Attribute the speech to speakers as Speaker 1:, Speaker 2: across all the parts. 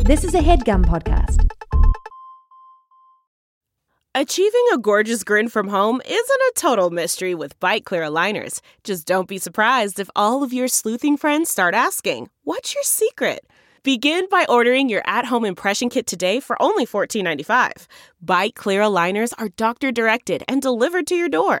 Speaker 1: This is a headgum podcast.
Speaker 2: Achieving a gorgeous grin from home isn't a total mystery with Bite Clear aligners. Just don't be surprised if all of your sleuthing friends start asking, What's your secret? Begin by ordering your at home impression kit today for only $14.95. Bite Clear aligners are doctor directed and delivered to your door.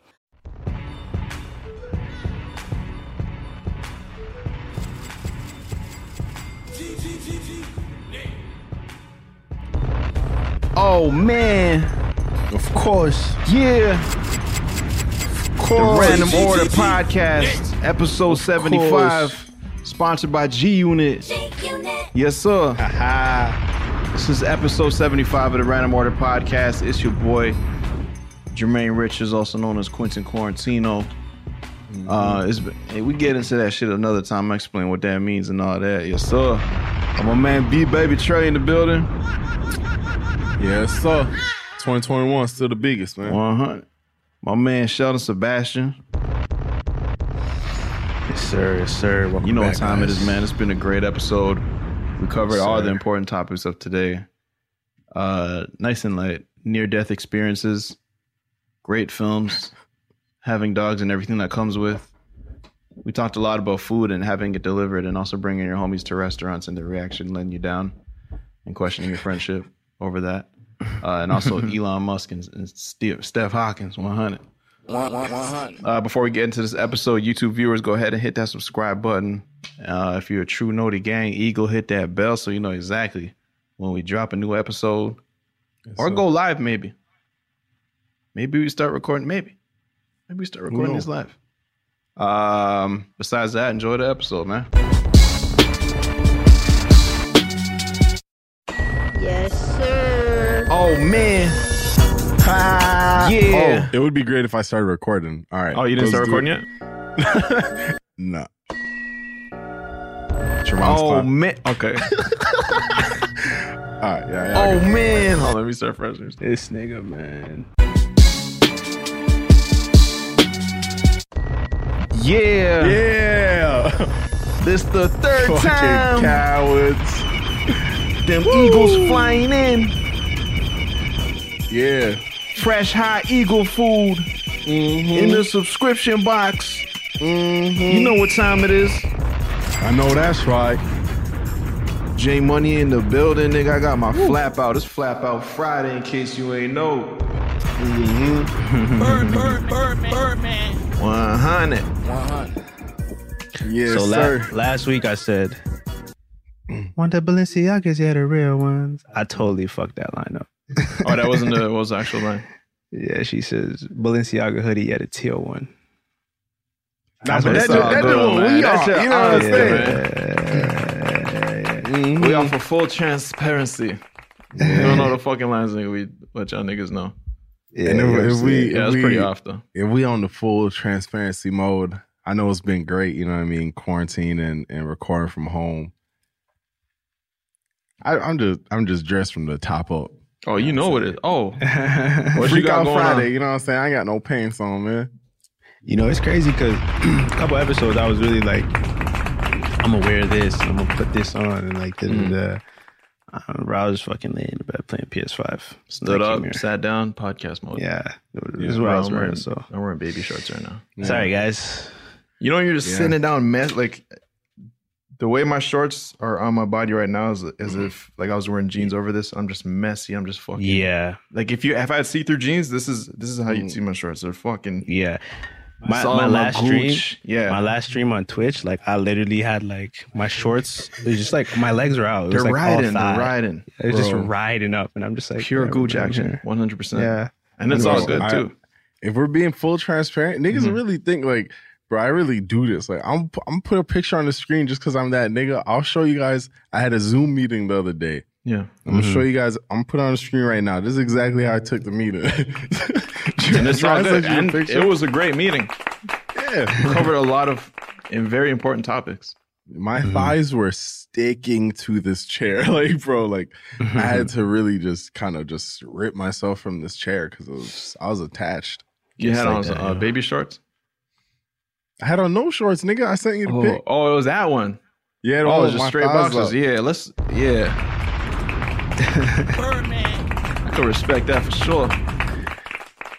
Speaker 3: Oh man. Of course. Yeah. Of course. The Random Order Podcast, episode 75, sponsored by G Unit. Yes, sir. This is episode 75 of the Random Order Podcast. It's your boy, Jermaine Richards, also known as Quentin Quarantino. Uh, it's been, hey, we get into that shit another time. I explain what that means and all that. Yes, sir. I'm a man, B Baby Trey in the building.
Speaker 4: Yes, sir. 2021 still the biggest, man.
Speaker 3: 100. My man Sheldon Sebastian.
Speaker 5: Yes, sir. Yes, sir. Welcome
Speaker 3: You know
Speaker 5: back,
Speaker 3: what time
Speaker 5: guys.
Speaker 3: it is, man. It's been a great episode. We covered all
Speaker 5: Sir.
Speaker 3: the important topics of today. Uh, nice and light. Near death experiences, great films, having dogs and everything that comes with. We talked a lot about food and having it delivered, and also bringing your homies to restaurants and their reaction letting you down, and questioning your friendship over that. Uh, and also Elon Musk and, and Steve, Steph Hawkins, 100. Uh, before we get into this episode, YouTube viewers, go ahead and hit that subscribe button. Uh, if you're a true Naughty Gang Eagle, hit that bell so you know exactly when we drop a new episode or go live, maybe. Maybe we start recording. Maybe. Maybe we start recording this live. Um, besides that, enjoy the episode, man.
Speaker 6: Yes, sir.
Speaker 3: Oh, man.
Speaker 4: Oh,
Speaker 3: Yeah.
Speaker 4: it would be great if I started recording. All right.
Speaker 3: Oh, you didn't start
Speaker 4: Let's do
Speaker 3: recording
Speaker 4: it.
Speaker 3: yet?
Speaker 4: No.
Speaker 3: Oh,
Speaker 4: Oh,
Speaker 3: man. Okay.
Speaker 4: all right. Yeah, yeah,
Speaker 3: oh,
Speaker 4: okay.
Speaker 3: man. Hold on. Let me start fresh.
Speaker 5: This nigga, man.
Speaker 3: Yeah.
Speaker 4: Yeah.
Speaker 3: This the third oh,
Speaker 4: Fucking
Speaker 3: time.
Speaker 4: cowards.
Speaker 3: Them eagles flying in.
Speaker 4: Yeah.
Speaker 3: Fresh high eagle food in the subscription box. You know what time it is.
Speaker 4: I know that's right.
Speaker 3: J Money in the building, nigga. I got my flap out. It's flap out Friday in case you ain't know. Mm-hmm. Bird, bird, bird, bird, man. 100.
Speaker 4: Yes,
Speaker 5: so la-
Speaker 4: sir.
Speaker 5: last week I said, "Want the Balenciagas? Yeah, the real ones." I totally fucked that line up.
Speaker 3: Oh, that wasn't the, what was the actual line?
Speaker 5: Yeah, she says Balenciaga hoodie, yeah, the teal one.
Speaker 4: Nah,
Speaker 3: That's
Speaker 4: but
Speaker 3: what
Speaker 4: that
Speaker 3: it's
Speaker 4: do-
Speaker 3: all
Speaker 4: that
Speaker 3: good,
Speaker 4: do what
Speaker 3: man.
Speaker 4: we
Speaker 3: That's
Speaker 4: are.
Speaker 3: your
Speaker 4: You know what I'm
Speaker 3: honesty,
Speaker 4: saying?
Speaker 3: man. Mm-hmm. We are for full transparency. You don't know the fucking lines, nigga. We let y'all niggas know.
Speaker 5: Yeah,
Speaker 4: And
Speaker 5: you know what
Speaker 4: if,
Speaker 5: I'm
Speaker 4: if we,
Speaker 5: saying?
Speaker 4: if,
Speaker 3: Yeah, that's
Speaker 4: we
Speaker 3: pretty off though.
Speaker 4: if we on the full transparency mode, I know it's been great. You know what I mean, quarantine and, and recording from home. I, I'm just I'm just dressed from the top up.
Speaker 3: Oh, you know what it? Oh, what
Speaker 4: Freak
Speaker 3: you got
Speaker 4: out
Speaker 3: going
Speaker 4: Friday.
Speaker 3: on?
Speaker 4: You know what I'm saying? I ain't got no pants on, man.
Speaker 5: You know, it's crazy because a couple episodes I was really like, I'm gonna wear this, I'm gonna put this on, and like, da, da, da. I don't know, I was just fucking laying in the bed playing PS5.
Speaker 3: Stood
Speaker 5: Like,
Speaker 3: up,
Speaker 5: here.
Speaker 3: sat down, podcast mode.
Speaker 5: Yeah, this
Speaker 3: Yeah,
Speaker 5: is what I
Speaker 3: bro,
Speaker 5: was
Speaker 3: I'm
Speaker 5: wearing. So
Speaker 3: I'm wearing baby shorts right now.
Speaker 5: sorry, guys.
Speaker 3: You know, you're just
Speaker 4: Yeah.
Speaker 3: sitting down, mess like the way my shorts are on my body right now is as
Speaker 5: Mm-hmm.
Speaker 3: if like I was wearing jeans over this. I'm just messy. I'm just fucking
Speaker 5: Yeah,
Speaker 3: Like if you if I had see through jeans, this is this is how you see my shorts. They're fucking.
Speaker 5: yeah. My,
Speaker 3: It's all
Speaker 5: my
Speaker 3: in my
Speaker 5: last stream,
Speaker 3: gooch. Yeah.
Speaker 5: my last stream on Twitch, like I literally had like my shorts. It was just like my legs were out. It was
Speaker 3: They're
Speaker 5: like, all
Speaker 3: riding. They're
Speaker 5: thigh.
Speaker 3: riding.
Speaker 5: It was just
Speaker 4: Bro.
Speaker 5: riding up, and I'm just like
Speaker 3: Pure
Speaker 5: yeah,
Speaker 3: gooch
Speaker 5: I'm
Speaker 3: action.
Speaker 5: here.
Speaker 3: One hundred percent.
Speaker 5: Yeah,
Speaker 3: and it's all
Speaker 4: Bro,
Speaker 3: good
Speaker 4: I-
Speaker 3: too.
Speaker 4: If we're being full transparent, niggas
Speaker 3: Mm-hmm.
Speaker 4: really think like, bro, I really do this. Like, I'm pu- I'm put a picture on the screen just because I'm that nigga. I'll show you guys. I had a Zoom meeting the other day.
Speaker 3: Yeah.
Speaker 4: I'm gonna
Speaker 3: Mm-hmm.
Speaker 4: show you guys. I'm putting on the screen right now. This is exactly how I took the meeting.
Speaker 3: And it's all good. And
Speaker 4: it
Speaker 3: it was a great meeting.
Speaker 4: yeah.
Speaker 3: covered a lot of and very important topics.
Speaker 4: My
Speaker 3: Mm-hmm.
Speaker 5: Mhm.
Speaker 4: thighs were sticking to this chair. Like, bro, like I
Speaker 5: Mm-hmm.
Speaker 4: had to really just kind of just rip myself from this chair because was just- I was attached.
Speaker 3: you had
Speaker 5: like
Speaker 3: on
Speaker 5: that,
Speaker 3: some, uh,
Speaker 5: yeah.
Speaker 3: baby shorts.
Speaker 4: I had on no shorts, nigga. I sent you the
Speaker 3: Oh,
Speaker 4: pic.
Speaker 3: oh, it was that one.
Speaker 4: Yeah, it
Speaker 3: Oh, it was
Speaker 4: was
Speaker 3: just straight boxes. Yeah, let's. Yeah, I could respect that for sure.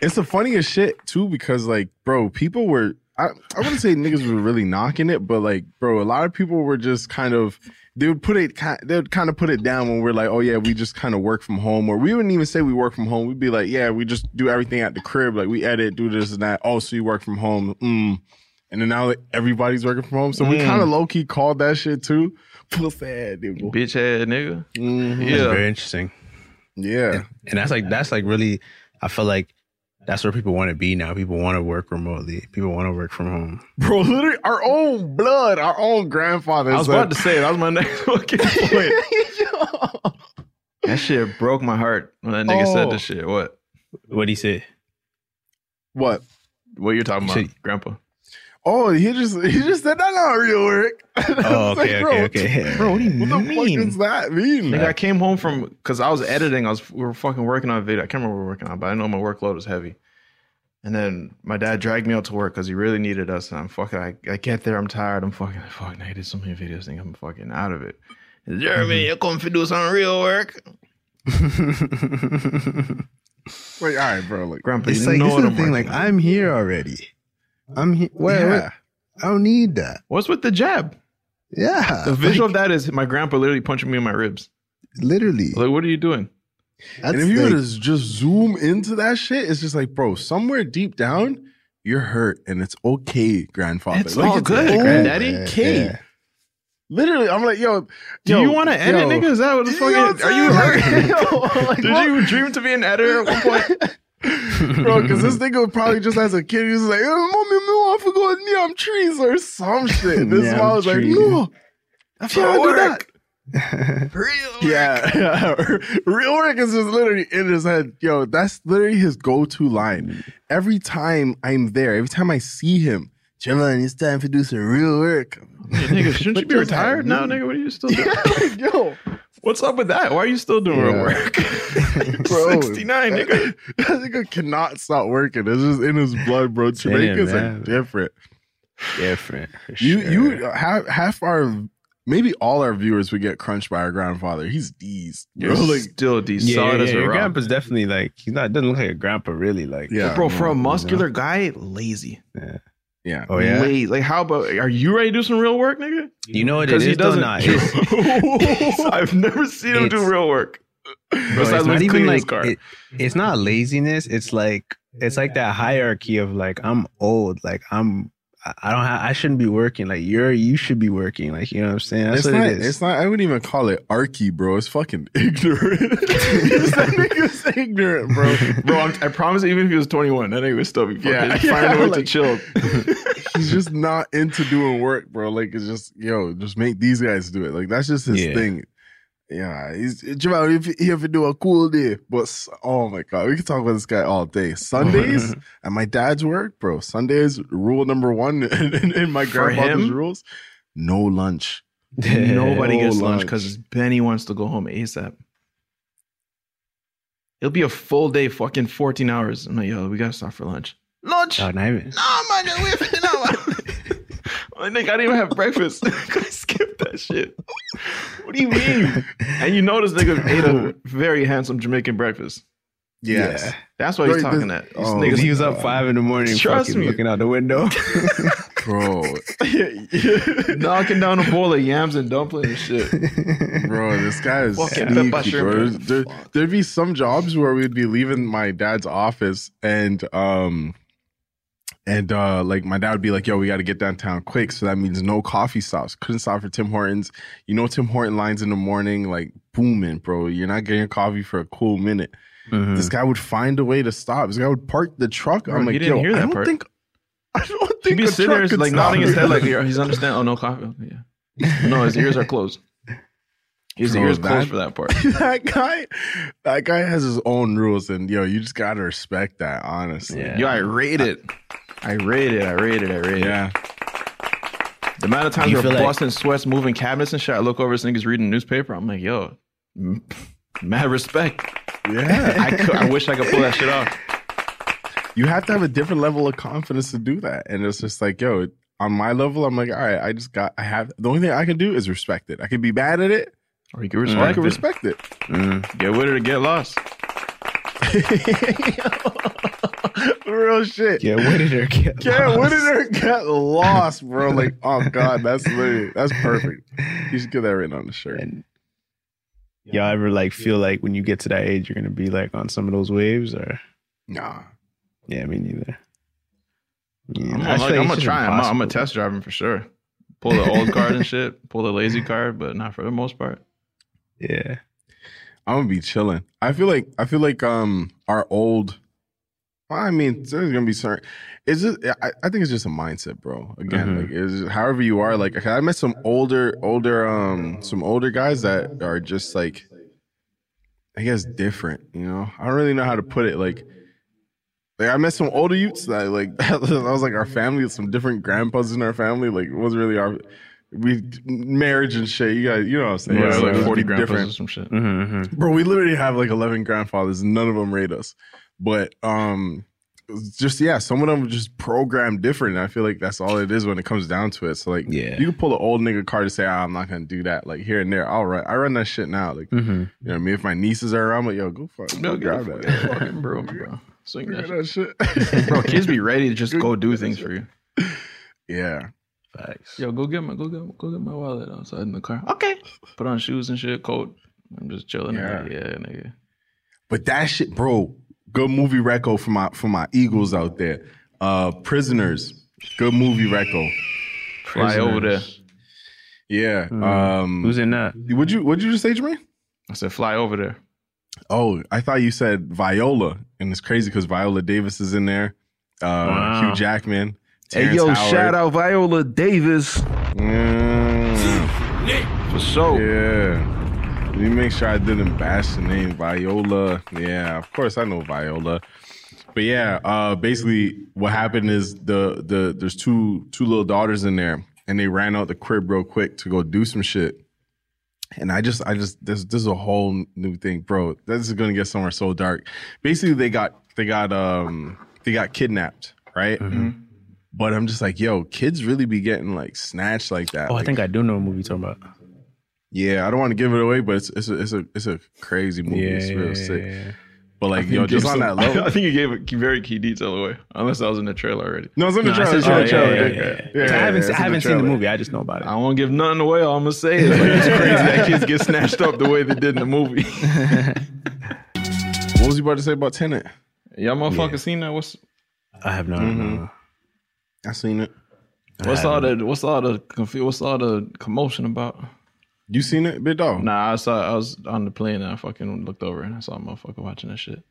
Speaker 4: It's the funniest shit too because like, bro, people were I, I wouldn't say niggas were really knocking it, but like, bro, a lot of people were just kind of they would put it ki- they would kind of put it down when we're like, oh yeah, we just kind of work from home, or we wouldn't even say we work from home. We'd be like, yeah, we just do everything at the crib, like we edit, do this and that. Oh, so you work from home? Mm. And then now like, everybody's working from home, so we
Speaker 3: Mm.
Speaker 4: kind of low key called that shit too. Pussy, ass nigga.
Speaker 3: Bitch head nigga.
Speaker 4: Mhm.
Speaker 5: It's
Speaker 3: Yeah.
Speaker 5: very interesting.
Speaker 4: Yeah,
Speaker 5: And that's like that's like really I feel like that's where people want to be now. People want to work remotely. People want to work from home.
Speaker 4: bro, literally, our own blood, our own grandfather.
Speaker 3: I was
Speaker 4: said-
Speaker 3: about to say that was my next fucking point. That shit broke my heart when that nigga said
Speaker 4: Oh.
Speaker 3: this shit. What?
Speaker 5: What do you say?
Speaker 4: what?
Speaker 3: What you talking
Speaker 5: You
Speaker 3: about,
Speaker 5: said-
Speaker 3: Grandpa?
Speaker 4: Oh, he just he just said that's not real work.
Speaker 5: Oh,
Speaker 4: I was
Speaker 5: okay,
Speaker 4: bro,
Speaker 5: okay, okay.
Speaker 4: Bro, what, do you what the
Speaker 5: mean?
Speaker 4: fuck does that mean?
Speaker 3: Nigga, I came home from because I was editing. I was we were fucking working on a video. I can't remember what we were working on, but I know my workload was heavy. And then my dad dragged me out to work because he really needed us. And I'm fucking. I, I get there. I'm tired. I'm fucking. Fuck. I did so many videos. Think I'm fucking out of it. Jeremy, you're coming to do some real work,
Speaker 4: Wait, all right, bro. Like,
Speaker 3: Grandpa.
Speaker 5: It's
Speaker 3: you
Speaker 5: like
Speaker 3: know
Speaker 5: this
Speaker 3: what
Speaker 5: is the
Speaker 3: I'm
Speaker 5: thing. Like
Speaker 3: working on.
Speaker 5: I'm here already. I'm here. Wait,
Speaker 4: yeah.
Speaker 5: wait, I don't need that.
Speaker 3: what's with the jab?
Speaker 5: Yeah,
Speaker 3: The visual of that is my grandpa literally punching me in my ribs.
Speaker 5: like, literally.
Speaker 3: Like, what are you doing?
Speaker 5: That's
Speaker 4: and if you
Speaker 5: like-
Speaker 4: were to just zoom into that shit, it's just like, bro, somewhere deep down, you're hurt, and it's okay, grandfather.
Speaker 3: It's
Speaker 4: Like,
Speaker 3: all good,
Speaker 4: okay.
Speaker 3: granddaddy.
Speaker 5: Yeah,
Speaker 4: K.
Speaker 5: yeah.
Speaker 4: Literally, I'm like, yo,
Speaker 3: Do
Speaker 4: yo,
Speaker 3: you want to edit,
Speaker 4: yo.
Speaker 3: nigga? Is that what the
Speaker 4: You
Speaker 3: fuck?
Speaker 4: know
Speaker 3: it-
Speaker 4: what
Speaker 3: Are
Speaker 4: I'm
Speaker 3: you?
Speaker 4: saying? Yo, like,
Speaker 3: Did
Speaker 4: what-
Speaker 3: you dream to be an editor at one point?
Speaker 4: Bro, because this nigga probably just as a kid, he was like, "Eh, Mommy, me want to go near trees or some shit. This
Speaker 5: Near
Speaker 4: is why I was
Speaker 5: trees.
Speaker 4: like, No, that's how I do that.
Speaker 3: Real.
Speaker 4: Yeah, real work is just literally in his head. Yo, that's literally his go-to line. Every time I'm there, every time I see him, Jalen, it's time to do some real work.
Speaker 3: Yeah, nigga, shouldn't you
Speaker 4: What
Speaker 3: be
Speaker 4: does that
Speaker 3: retired now,
Speaker 4: mean?
Speaker 3: nigga? What are you still doing?
Speaker 4: Like, yo,
Speaker 3: What's up with that? Why are you still doing
Speaker 4: Yeah.
Speaker 3: work?
Speaker 4: bro,
Speaker 3: 69,
Speaker 4: that-
Speaker 3: nigga.
Speaker 4: That nigga cannot stop working. It's just in his blood, bro.
Speaker 5: in him,
Speaker 4: Jamaicans are
Speaker 5: man.
Speaker 4: different.
Speaker 5: Different. for
Speaker 4: You
Speaker 5: sure.
Speaker 4: you half half our maybe all our viewers would get crunched by our grandfather. He's D's.
Speaker 3: You're
Speaker 4: Bro, like
Speaker 3: still decent.
Speaker 5: yeah, yeah,
Speaker 3: solid
Speaker 5: yeah,
Speaker 3: as a
Speaker 5: your
Speaker 3: rock.
Speaker 5: grandpa's definitely like he's not doesn't look like a grandpa really like
Speaker 4: Yeah.
Speaker 3: Bro, for
Speaker 5: you
Speaker 3: a
Speaker 5: know?
Speaker 3: muscular guy, lazy.
Speaker 4: yeah.
Speaker 5: oh yeah
Speaker 3: Lazy. Like, how about, are you ready to do some real work, nigga?
Speaker 5: you know what it
Speaker 3: Because
Speaker 5: is
Speaker 3: he
Speaker 5: though
Speaker 3: doesn't.
Speaker 5: not Oh, it's,
Speaker 3: I've never seen him do
Speaker 5: It's-
Speaker 3: real work.
Speaker 5: bro,
Speaker 3: Besides
Speaker 5: it's
Speaker 3: when
Speaker 5: not
Speaker 3: he's
Speaker 5: even
Speaker 3: cleaning his
Speaker 5: like
Speaker 3: car.
Speaker 5: it- it's not laziness it's like it's like that hierarchy of like I'm old like I'm I- I don't have I shouldn't be working like you're you should be working like you know what I'm saying that's
Speaker 4: It's
Speaker 5: what
Speaker 4: not,
Speaker 5: it is
Speaker 4: it's not. I wouldn't even call it arky, bro. It's fucking ignorant. that nigga's ignorant, bro.
Speaker 3: Bro, I'm, I promise, even if he was 21, that nigga would still be fucking
Speaker 4: Yeah,
Speaker 3: finding
Speaker 4: yeah,
Speaker 3: a way to
Speaker 4: like-
Speaker 3: chill.
Speaker 4: He's just not into doing work, bro. Like it's just yo, just make these guys do it. Like that's just his
Speaker 5: Yeah.
Speaker 4: thing. Yeah, he's Jamal. If he ever do a cool day, but s- oh my god, we can talk about this guy all day. Sundays at my dad's work, bro. Sundays rule number one in, in, in my
Speaker 3: For
Speaker 4: grandfather's
Speaker 3: him?
Speaker 4: rules. No lunch.
Speaker 3: Nobody
Speaker 4: Oh,
Speaker 3: gets lunch
Speaker 4: lunch.
Speaker 3: because Benny wants to go home ASAP. It'll be a full day, fucking 14 hours. I'm like, yo, we gotta stop for lunch. Lunch?
Speaker 5: oh, not even
Speaker 3: no, man, we have an hour. I'm like, nigga, I didn't even have breakfast. I skipped that shit. What do you mean? And you know this nigga ate a very handsome Jamaican breakfast.
Speaker 4: Yes.
Speaker 3: That's why he's
Speaker 4: Right,
Speaker 3: talking
Speaker 4: this-
Speaker 3: that. These
Speaker 4: oh,
Speaker 5: Niggas, he
Speaker 3: niggas,
Speaker 5: was up five in the morning,
Speaker 3: Trust
Speaker 5: fucking
Speaker 3: me.
Speaker 5: looking out the window.
Speaker 4: bro.
Speaker 3: knocking down a bowl of yams and dumplings and shit.
Speaker 4: Bro, this guy is
Speaker 3: Fucking
Speaker 4: sneaky,
Speaker 3: pepper shrimp.
Speaker 4: bro. There, there'd be some jobs where we'd be leaving my dad's office and um and uh like my dad would be like, yo, we gotta get downtown quick. So that means no coffee stops. Couldn't stop for Tim Hortons. You know Tim Horton lines in the morning, like booming, bro. You're not getting coffee for a cool minute. This guy would find a way to stop. This guy would park the truck.
Speaker 3: Mm-hmm. Bro,
Speaker 4: I'm
Speaker 3: you
Speaker 4: like,
Speaker 3: didn't
Speaker 4: yo,
Speaker 3: hear
Speaker 4: I
Speaker 3: that
Speaker 4: don't
Speaker 3: part.
Speaker 4: think I don't
Speaker 3: He'd
Speaker 4: think
Speaker 3: be
Speaker 4: a
Speaker 3: sitting
Speaker 4: truck
Speaker 3: there
Speaker 4: could
Speaker 3: like
Speaker 4: stop
Speaker 3: nodding
Speaker 4: me.
Speaker 3: his head, like yeah, he's understanding. Oh no, coffee. Yeah. No, his ears are closed. His
Speaker 4: Bro,
Speaker 3: ears closed
Speaker 4: that-
Speaker 3: for that part.
Speaker 4: that guy, that guy has his own rules, and yo, you just gotta respect that. Honestly,
Speaker 5: Yeah.
Speaker 3: Yo, I rate it. I rate it. I rate it. I rate it.
Speaker 4: yeah.
Speaker 3: The amount of times
Speaker 5: You
Speaker 3: where
Speaker 5: feel like-
Speaker 3: Boston sweats moving cabinets and shit, I look over this nigga's reading the newspaper. I'm like, yo, m- mad respect.
Speaker 4: Yeah.
Speaker 3: I, could, I wish I could pull that shit off.
Speaker 4: you have to have a different level of confidence to do that. And it's just like, yo, on my level, I'm like, all right, I just got, I have, the only thing I can do is respect it. I can be bad at it,
Speaker 3: Or you can
Speaker 4: or
Speaker 3: respect,
Speaker 4: I can
Speaker 3: it.
Speaker 4: respect it.
Speaker 3: Mm. Get with it or get lost.
Speaker 4: Real shit.
Speaker 5: Yeah, what did her get?
Speaker 4: Yeah,
Speaker 5: lost?
Speaker 4: what did her get lost, bro? Like, oh god, that's literally, that's perfect. You should get that written on the shirt.
Speaker 5: And y'all ever like feel like when you get to that age, you're gonna be like on some of those waves, or
Speaker 4: Nah,
Speaker 5: yeah, me neither.
Speaker 3: I'm,
Speaker 5: Yeah,
Speaker 3: gonna-
Speaker 5: I feel
Speaker 3: like, I'm
Speaker 5: like it's
Speaker 3: gonna
Speaker 5: just
Speaker 3: try. I'm, gonna- I'm gonna
Speaker 5: impossible.
Speaker 3: test driving for sure. Pull the old card and shit. Pull the lazy card, but not for the most part.
Speaker 5: Yeah,
Speaker 4: I'm gonna be chilling. I feel like I feel like um our old. well, I mean, there's gonna be certain. It's just I, I think it's just a mindset, bro. Again,
Speaker 3: Mhm.
Speaker 4: like it's just- however you are, like okay, I met some older, older, um, some older guys that are just like, I guess different. You know, I don't really know how to put it. Like, like I met some older youths that like that was like our family, some different grandpas in our family. Like, it wasn't really our we marriage and shit. You guys, you know what I'm saying?
Speaker 3: Yeah,
Speaker 4: So it
Speaker 3: like
Speaker 4: would
Speaker 3: forty
Speaker 4: be
Speaker 3: grand
Speaker 4: different.
Speaker 3: or some shit.
Speaker 5: Mm-hmm,
Speaker 4: Bro, we literally have like 11 grandfathers. None of them rate us. But um just yeah, some of them are just programmed different. And I feel like that's all it is when it comes down to it. So like
Speaker 5: Yeah.
Speaker 4: you can pull an old nigga card and say, ah, I'm not gonna do that. Like here and there. I'll run I run that shit now.
Speaker 5: Hmm.
Speaker 4: Like
Speaker 5: mm-hmm.
Speaker 4: you know what I mean? If my nieces are around, I'm like, yo, go fuck
Speaker 3: No,
Speaker 4: go grab
Speaker 3: get
Speaker 4: that.
Speaker 3: that fucking broom, bro. Swing
Speaker 4: Grab
Speaker 3: that
Speaker 4: that
Speaker 3: shit.
Speaker 4: shit.
Speaker 3: Bro, kids be ready to just go do things for you.
Speaker 4: yeah.
Speaker 5: Facts.
Speaker 3: Yo, go get my go get go get my wallet outside in the car. Okay. Put on shoes and shit, coat. I'm just chilling. Yeah,
Speaker 4: Yeah.
Speaker 3: yeah nigga.
Speaker 4: But that shit, bro. Good movie reco for my for my Eagles out there. Uh Prisoners. Good movie reco.
Speaker 3: Fly over there.
Speaker 4: Yeah.
Speaker 5: Hmm.
Speaker 4: Um
Speaker 5: Who's in that?
Speaker 4: Would you would you just say Jermaine?
Speaker 3: I said fly over there.
Speaker 4: Oh, I thought you said Viola, and it's crazy because Viola Davis is in there. Uh,
Speaker 5: Wow.
Speaker 4: Hugh Jackman. Terrence Howard.
Speaker 5: out Viola Davis.
Speaker 4: Mm,
Speaker 5: For sure.
Speaker 4: yeah. Let me make sure I didn't bash the name Viola. Yeah, of course I know Viola. But yeah, uh, basically what happened is the the there's two two little daughters in there, and they ran out the crib real quick to go do some shit. And I just, I just, this, this is a whole new thing, bro. This is gonna get somewhere so dark. Basically, they got, they got, um, they got kidnapped, right?
Speaker 5: Mm-hmm.
Speaker 4: But I'm just like, yo, kids really be getting like snatched like that.
Speaker 5: Oh, I
Speaker 4: Like,
Speaker 5: think I do know a movie you're talking about.
Speaker 4: yeah, I don't want to give it away, but it's, it's a, it's a, it's a crazy movie. it's real sick. But like, yo, just on that level.
Speaker 3: I think you gave a very key detail away. Unless I was in the trailer already.
Speaker 4: No, it's in the
Speaker 5: No, I
Speaker 4: trailer.
Speaker 5: said-
Speaker 4: It's in
Speaker 5: oh,
Speaker 4: the
Speaker 5: yeah,
Speaker 4: trailer.
Speaker 5: yeah,
Speaker 4: dude.
Speaker 5: yeah, yeah.
Speaker 4: Yeah,
Speaker 5: So I
Speaker 4: yeah,
Speaker 5: haven't,
Speaker 4: it's in
Speaker 5: I haven't seen the
Speaker 4: trailer.
Speaker 5: movie. I just know about it.
Speaker 3: I won't give nothing away. All I'm gonna say is like, it's crazy that kids get snatched up the way they did in the movie.
Speaker 4: What was you about to say about Tenet?
Speaker 3: Y'all motherfuckers seen that? What's
Speaker 5: I have not. no.
Speaker 4: Mm-hmm. I seen it.
Speaker 3: what's all the what's all the confu- what's all the commotion about?
Speaker 4: You seen it, big dog?
Speaker 3: Nah, I saw I was on the plane and I fucking looked over and I saw a motherfucker watching that shit.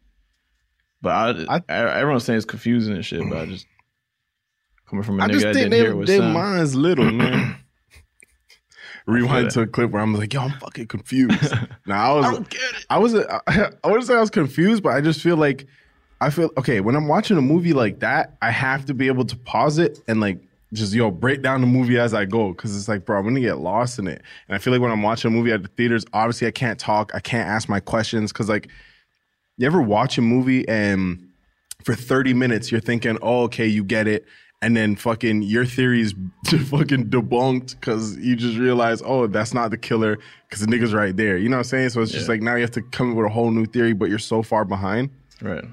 Speaker 3: But I,
Speaker 4: I-
Speaker 3: I- everyone's saying it's confusing and shit, but I just coming from a
Speaker 4: I
Speaker 3: nigga
Speaker 4: just
Speaker 3: that
Speaker 4: think
Speaker 3: didn't
Speaker 4: they,
Speaker 3: hear what
Speaker 4: their
Speaker 3: sound.
Speaker 4: mind's little, man. Rewind
Speaker 3: that.
Speaker 4: to a clip where I'm like, yo, I'm fucking confused. now I was, I was, uh, I, I wouldn't say I was confused, but I just feel like, I feel okay when I'm watching a movie like that. I have to be able to pause it and like just yo break down the movie as I go because it's like, bro, I'm gonna get lost in it. And I feel like when I'm watching a movie at the theaters, obviously I can't talk, I can't ask my questions because like, you ever watch a movie and for 30 minutes you're thinking oh okay you get it and then fucking your theory's fucking debunked because you just realize oh that's not the killer because the nigga's right there you know what i'm saying so it's just like now you have to come up with a whole new theory but you're so far behind
Speaker 3: Right.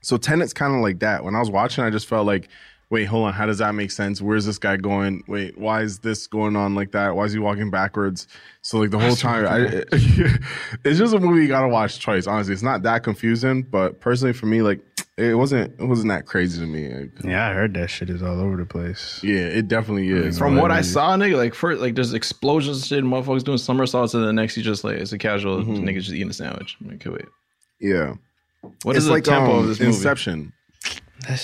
Speaker 4: so Tenet's kind of like that. When I was watching, I just felt like, wait, hold on, how does that make sense? Where's this guy going? Wait, why is this going on like that? Why is he walking backwards? So like the whole time, I, it's just a movie you gotta watch twice. Honestly, it's not that confusing, but personally for me, like it wasn't it wasn't that crazy to me. Like,
Speaker 5: Yeah, I heard that shit is all over the place.
Speaker 4: yeah, it definitely is.
Speaker 3: From what I saw, nigga, like first, like there's explosions and shit, and motherfuckers doing somersaults, and the next you just like it's a casual
Speaker 4: Mm-hmm.
Speaker 3: nigga just eating a sandwich. I'm like, okay, wait,
Speaker 4: yeah,
Speaker 3: what is the tempo
Speaker 4: um,
Speaker 3: of this movie?
Speaker 4: Inception.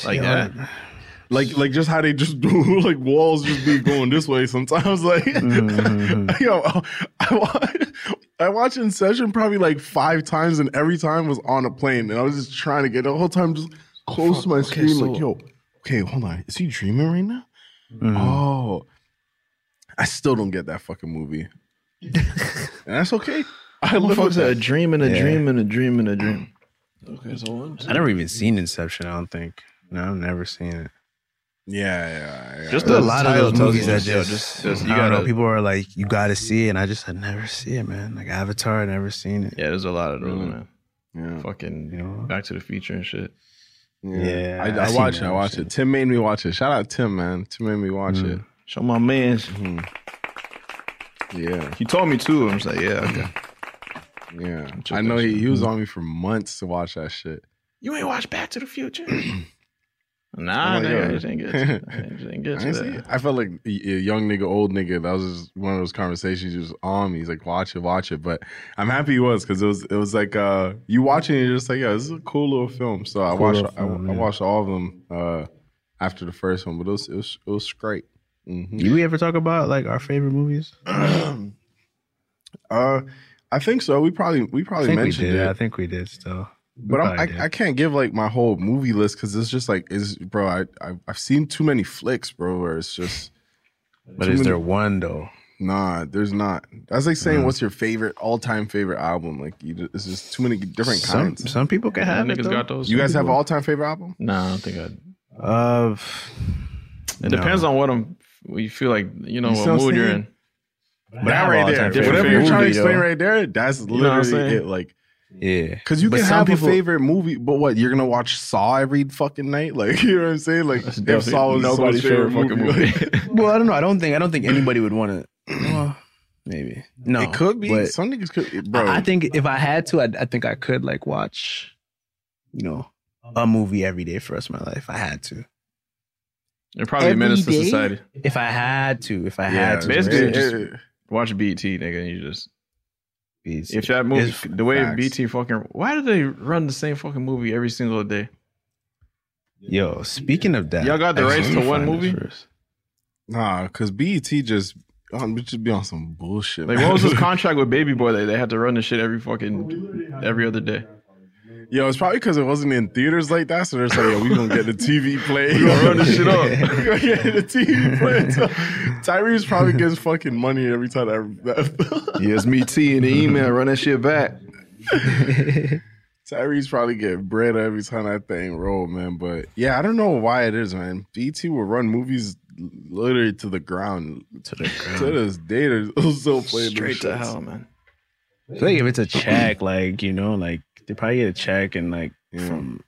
Speaker 3: Like that.
Speaker 4: Like, like just how they just do like walls just be going this way sometimes. Like,
Speaker 3: Mm-hmm.
Speaker 4: yo, I watch, I watch Inception probably like five times, and every time was on a plane, and I was just trying to get the whole time just close
Speaker 5: Mm-hmm.
Speaker 3: Mm.
Speaker 4: to my screen. like, yo, okay, hold on, is he dreaming right now? Oh, I still don't get that fucking movie. and that's okay. I live with
Speaker 3: Motherfuckers had a
Speaker 4: that.
Speaker 3: dream and a
Speaker 5: Yeah.
Speaker 3: dream and a dream and a dream.
Speaker 5: I never even seen Inception. I don't think. No, I've never seen it.
Speaker 4: Yeah, yeah, yeah.
Speaker 3: Just the
Speaker 5: There's a lot of
Speaker 3: title
Speaker 5: those movies that
Speaker 3: tells you,
Speaker 5: just,
Speaker 3: just- just-
Speaker 5: you
Speaker 3: you
Speaker 5: gotta,
Speaker 3: gotta-
Speaker 5: know, people are like, you gotta see it, and I just I never see it, man. Like Avatar, I never seen it.
Speaker 3: Yeah, there's a lot of those,
Speaker 4: Really?
Speaker 3: man.
Speaker 4: yeah.
Speaker 3: Fucking
Speaker 5: You know,
Speaker 3: Back to the Future and shit.
Speaker 5: Yeah,
Speaker 4: I,
Speaker 5: I
Speaker 4: I,
Speaker 5: seen
Speaker 4: watch it.
Speaker 5: that,
Speaker 4: I
Speaker 5: I've
Speaker 4: watch
Speaker 5: seen
Speaker 4: it.
Speaker 5: it.
Speaker 4: Tim made me watch it. Shout out Tim, man. Tim made me watch
Speaker 5: Mm.
Speaker 4: it.
Speaker 3: Show my man's.
Speaker 4: Mm-hmm. Yeah,
Speaker 3: He told me too. I was like, yeah, okay.
Speaker 4: yeah.
Speaker 3: Check
Speaker 4: I know
Speaker 3: that
Speaker 4: he,
Speaker 3: shit.
Speaker 4: he
Speaker 5: Mm-hmm.
Speaker 4: was on me for months to watch that shit.
Speaker 3: You ain't watched Back to the Future? nah,
Speaker 4: I'm like,
Speaker 3: nigga,
Speaker 4: yo.
Speaker 3: I just ain't get to, I just ain't get
Speaker 4: I,
Speaker 3: to
Speaker 4: ain't see-
Speaker 3: that.
Speaker 4: I felt like a a young nigga, old nigga. That was just one of those conversations. He was on me. He's like, watch it, watch it. But I'm happy he was because it was it was like uh, you watching it, you're just like, yeah, this is a cool little film. So I
Speaker 5: Cool
Speaker 4: watched
Speaker 5: little
Speaker 4: I,
Speaker 5: film,
Speaker 4: I
Speaker 5: yeah.
Speaker 4: watched all of them uh, after the first one, but it was it was, it was great. hmm
Speaker 5: Do we ever talk about like our favorite movies?
Speaker 4: uh, I think so. We probably we
Speaker 5: I
Speaker 4: probably
Speaker 5: think we
Speaker 4: mentioned
Speaker 5: did.
Speaker 4: it.
Speaker 5: I think we did still. We
Speaker 4: But I'm,
Speaker 5: probably did.
Speaker 4: I, I can't give like my whole movie list because it's just like is bro. I, I I've seen too many flicks, bro. Where it's just
Speaker 5: but
Speaker 4: too
Speaker 5: is
Speaker 4: many-
Speaker 5: there one though?
Speaker 4: nah. There's not. That's like
Speaker 5: Uh-huh.
Speaker 4: saying what's your favorite all time favorite album? Like you, ju- it's just too many different
Speaker 5: Some
Speaker 4: kinds.
Speaker 5: some people can have it.
Speaker 3: niggas
Speaker 5: though.
Speaker 3: got those.
Speaker 4: you guys have all time favorite album?
Speaker 3: Nah, I don't think I. It
Speaker 5: Uh, it
Speaker 3: depends on what I'm. You feel like you know
Speaker 4: You see
Speaker 3: what
Speaker 4: what I'm
Speaker 3: mood you're
Speaker 4: saying?
Speaker 3: in.
Speaker 4: That right there.
Speaker 3: favorite
Speaker 4: Whatever you're
Speaker 3: movie,
Speaker 4: trying to explain
Speaker 3: though.
Speaker 4: right there, that's
Speaker 3: know what I'm
Speaker 4: literally
Speaker 3: saying?
Speaker 4: it. Like
Speaker 5: Yeah,
Speaker 4: because you
Speaker 5: But
Speaker 4: can
Speaker 5: some
Speaker 4: have
Speaker 5: people-
Speaker 4: a favorite movie, but what you're gonna watch Saw every fucking night? Like you know what I'm saying? Like
Speaker 3: That's
Speaker 4: if Saw
Speaker 3: definitely
Speaker 4: was
Speaker 3: nobody's favorite, fucking movie.
Speaker 4: like,
Speaker 5: Well, I don't know. I don't think I don't think anybody would want to. Well, maybe no.
Speaker 4: it could be.
Speaker 5: but
Speaker 4: Some niggas could, bro.
Speaker 5: I, I think if I had to, I, I think I could like watch, you know, a movie every day for the rest of my life. I had to.
Speaker 3: They're probably a
Speaker 5: Every
Speaker 3: menace to
Speaker 5: day?
Speaker 3: society.
Speaker 5: If I had to. If I had to.
Speaker 3: basically
Speaker 5: it's
Speaker 3: just- Watch BET, nigga. And you just
Speaker 5: just-
Speaker 3: if that movie,
Speaker 5: it's
Speaker 3: the way
Speaker 5: facts.
Speaker 3: BT fucking, why do they run the same fucking movie every single day?
Speaker 5: Yo, speaking of that,
Speaker 3: Y'all got the
Speaker 5: actually,
Speaker 3: rights
Speaker 5: let
Speaker 3: to
Speaker 5: me
Speaker 3: one
Speaker 5: find
Speaker 3: movie?
Speaker 5: this first.
Speaker 4: Nah, cause BET just um, we just be on some bullshit.
Speaker 3: Like,
Speaker 4: man.
Speaker 3: what was his contract with Baby Boy that they had to run the shit every fucking every other day?
Speaker 4: Yo, it's probably because it wasn't in theaters like that. So they're just like, yo, we gonna get the TV play. we
Speaker 3: gonna run this shit up.
Speaker 4: we gonna get the TV play. So, Tyrese probably gets fucking money every time that.
Speaker 3: Yes, me T in the email, run that shit back.
Speaker 4: Tyrese probably get bread every time that thing roll, man. But yeah, I don't know why it is, man. BET will run movies literally to the ground.
Speaker 5: To the ground.
Speaker 4: To this day, they're still playing them
Speaker 3: Straight to
Speaker 4: shits.
Speaker 3: hell, man.
Speaker 5: I feel like if it's a check, like you know, like they probably get a check and like from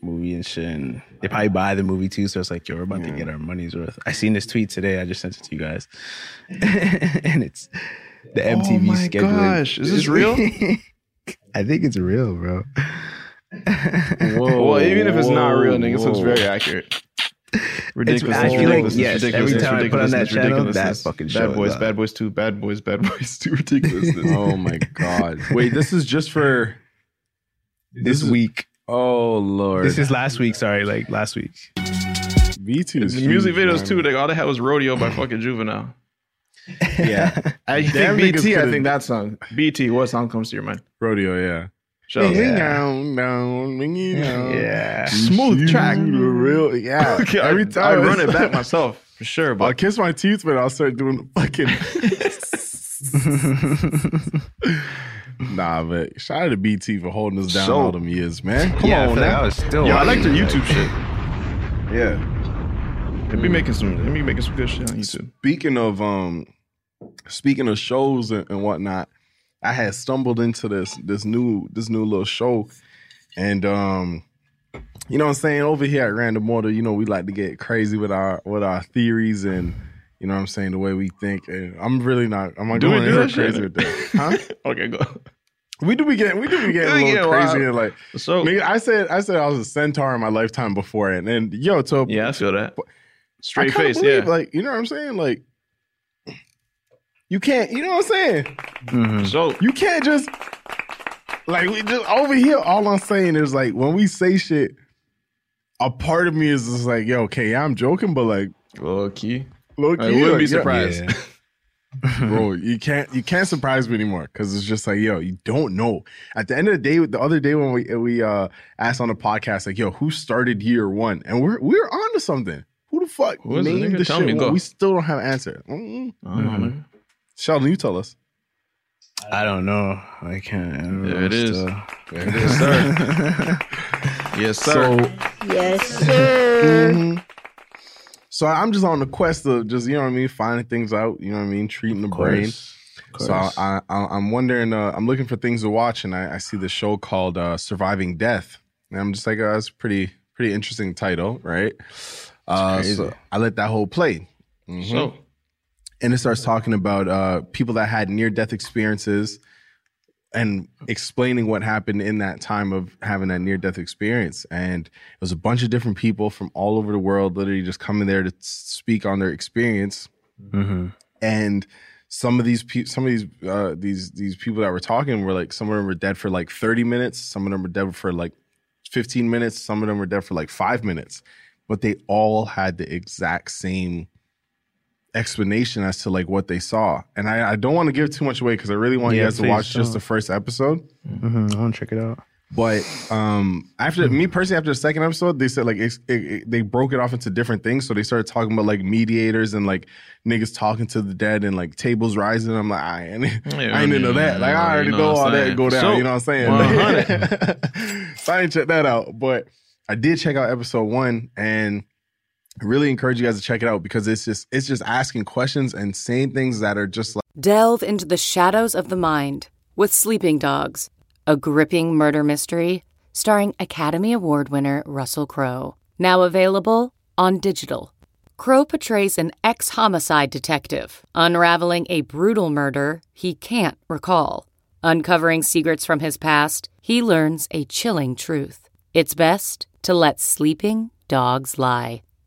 Speaker 5: the movie and shit, and they probably buy the movie too. So it's like, yo, we're about to get our money's worth. I seen this tweet today. I just sent it to you guys, and it's the MTV
Speaker 3: oh my
Speaker 5: scheduling.
Speaker 3: gosh, is this real?
Speaker 5: I think it's real, bro.
Speaker 4: Whoa,
Speaker 3: well, even if it's not
Speaker 4: whoa,
Speaker 3: real, nigga, this looks
Speaker 4: whoa.
Speaker 3: very accurate.
Speaker 5: Oh. It's,
Speaker 3: Ridiculous.
Speaker 5: I feel like
Speaker 3: ridiculous,
Speaker 5: yes,
Speaker 3: ridiculous,
Speaker 5: every time I put on that
Speaker 3: ridiculous,
Speaker 5: channel, that
Speaker 3: ridiculous,
Speaker 5: fucking show
Speaker 3: bad
Speaker 5: is
Speaker 3: boys,
Speaker 5: on.
Speaker 3: bad boys two, bad boys, bad boys two, ridiculous.
Speaker 4: Oh my god! Wait, this is just for
Speaker 5: this week.
Speaker 4: Oh lord!
Speaker 5: This is last week. Sorry, like last week.
Speaker 4: V2.
Speaker 3: The music videos too. Like all they had was "Rodeo" by fucking Juvenile.
Speaker 4: Yeah,
Speaker 3: I
Speaker 4: Them
Speaker 3: think
Speaker 4: niggas
Speaker 3: BT. I
Speaker 4: could've-
Speaker 3: think that song. BT. What song comes to your mind?
Speaker 4: rodeo. Yeah.
Speaker 3: Shout out.
Speaker 4: Yeah.
Speaker 5: Yeah.
Speaker 3: Smooth track.
Speaker 4: The real. Yeah.
Speaker 3: Okay, I-
Speaker 4: Every
Speaker 3: I
Speaker 4: time
Speaker 3: run it back myself for sure.
Speaker 4: I'll
Speaker 3: But
Speaker 4: kiss my teeth, but I'll start doing the fucking. nah, but shout out to BT for holding us down
Speaker 3: So-
Speaker 4: all them years, man. Come
Speaker 5: yeah, I
Speaker 4: on
Speaker 5: feel like I
Speaker 4: now.
Speaker 5: was still.
Speaker 3: yo, I like
Speaker 5: watching
Speaker 3: the
Speaker 5: it,
Speaker 3: YouTube shit.
Speaker 4: Yeah.
Speaker 3: They be making some. They be making some good shit on YouTube.
Speaker 4: Speaking of um, speaking of shows and, and whatnot, I had stumbled into this this new this new little show, and um, you know what I'm saying over here at Random Order, you know we like to get crazy with our with our theories and you know what I'm saying the way we think. And I'm really not. I'm not
Speaker 3: Do we
Speaker 4: going
Speaker 3: do
Speaker 4: anywhere
Speaker 3: that shit?
Speaker 4: crazy with that, huh?
Speaker 3: Okay, go.
Speaker 4: we do be getting we do be getting
Speaker 3: We
Speaker 4: a
Speaker 3: get
Speaker 4: little
Speaker 3: wild.
Speaker 4: crazy and like.
Speaker 3: So
Speaker 4: I, mean, I said I said I was a centaur in my lifetime before, and and yo, to a
Speaker 3: yeah, I feel that.
Speaker 4: I
Speaker 3: Straight
Speaker 4: kinda
Speaker 3: face.
Speaker 4: believe,
Speaker 3: Yeah.
Speaker 4: Like, you know what I'm saying? Like, you can't, you know what I'm saying?
Speaker 3: So
Speaker 4: You can't just, like, we just over here. All I'm saying is, like, when we say shit, a part of me is just like, yo, okay, I'm joking, but like,
Speaker 3: low key.
Speaker 4: look,
Speaker 3: I wouldn't be
Speaker 5: but-
Speaker 3: surprised.
Speaker 5: Yeah.
Speaker 4: bro. You can't, you can't surprise me anymore because it's just like, yo, you don't know. At the end of the day, the other day when we we uh asked on the podcast, like, yo, who started year one, and we're we're onto something. Who the fuck
Speaker 3: Who is this
Speaker 4: named
Speaker 3: nigga?
Speaker 4: the
Speaker 3: Tell
Speaker 4: shit
Speaker 3: me,
Speaker 4: when
Speaker 3: go.
Speaker 4: we still don't have an answer? Mm-mm.
Speaker 3: I don't know,
Speaker 5: Mhm.
Speaker 3: man.
Speaker 4: Sheldon, you tell us.
Speaker 5: I don't know. I can't. I don't
Speaker 3: There
Speaker 5: know
Speaker 3: it is.
Speaker 5: still.
Speaker 3: There it is, sir. yes, sir.
Speaker 5: So
Speaker 6: Yes, sir.
Speaker 5: Mm-hmm.
Speaker 4: Mhm. So I'm just on the quest of just you know what I mean, finding things out. You know what I mean, treating the brain.
Speaker 5: course.
Speaker 4: So I, I, I'm wondering. Uh, I'm looking for things to watch, and I, I see this show called uh, "Surviving Death," and I'm just like, oh, that's a pretty pretty interesting title, right? Uh,
Speaker 5: crazy.
Speaker 4: so I let that whole play. Mhm
Speaker 3: so
Speaker 4: and it starts talking about uh, people that had near death experiences and explaining what happened in that time of having that near death experience and it was a bunch of different people from all over the world literally just coming there to speak on their experience
Speaker 5: hmm
Speaker 4: and some of these people some of these uh, these these people that were talking were like some of them were dead for like 30 minutes some of them were dead for like 15 minutes some of them were dead for like five minutes but they all had the exact same explanation as to like what they saw and i, I don't want to give too much away because i really want
Speaker 5: Yeah,
Speaker 4: you guys to
Speaker 5: please
Speaker 4: watch just
Speaker 5: don't.
Speaker 4: the first episode
Speaker 5: hmm I want to check it out.
Speaker 4: but um after
Speaker 3: Hmm.
Speaker 4: me personally after the second episode they said like it's it, it- they broke it off into different things so they started talking about like mediators and like niggas talking to the dead and like tables rising i'm like i ain't, I ain't into that like i already
Speaker 3: You know
Speaker 4: know,
Speaker 3: what I'm
Speaker 4: all that
Speaker 3: saying.
Speaker 4: go down
Speaker 3: So,
Speaker 4: you know what i'm saying so i didn't check that out but i did check out episode one and I really encourage you guys to check it out because it's just it's just asking questions and saying things that are just like
Speaker 7: Delve into the shadows of the mind with Sleeping Dogs, a gripping murder mystery starring Academy Award winner Russell Crowe. Now available on digital. Crowe portrays an ex homicide detective unraveling a brutal murder he can't recall. Uncovering secrets from his past, he learns a chilling truth. It's best to let sleeping dogs lie.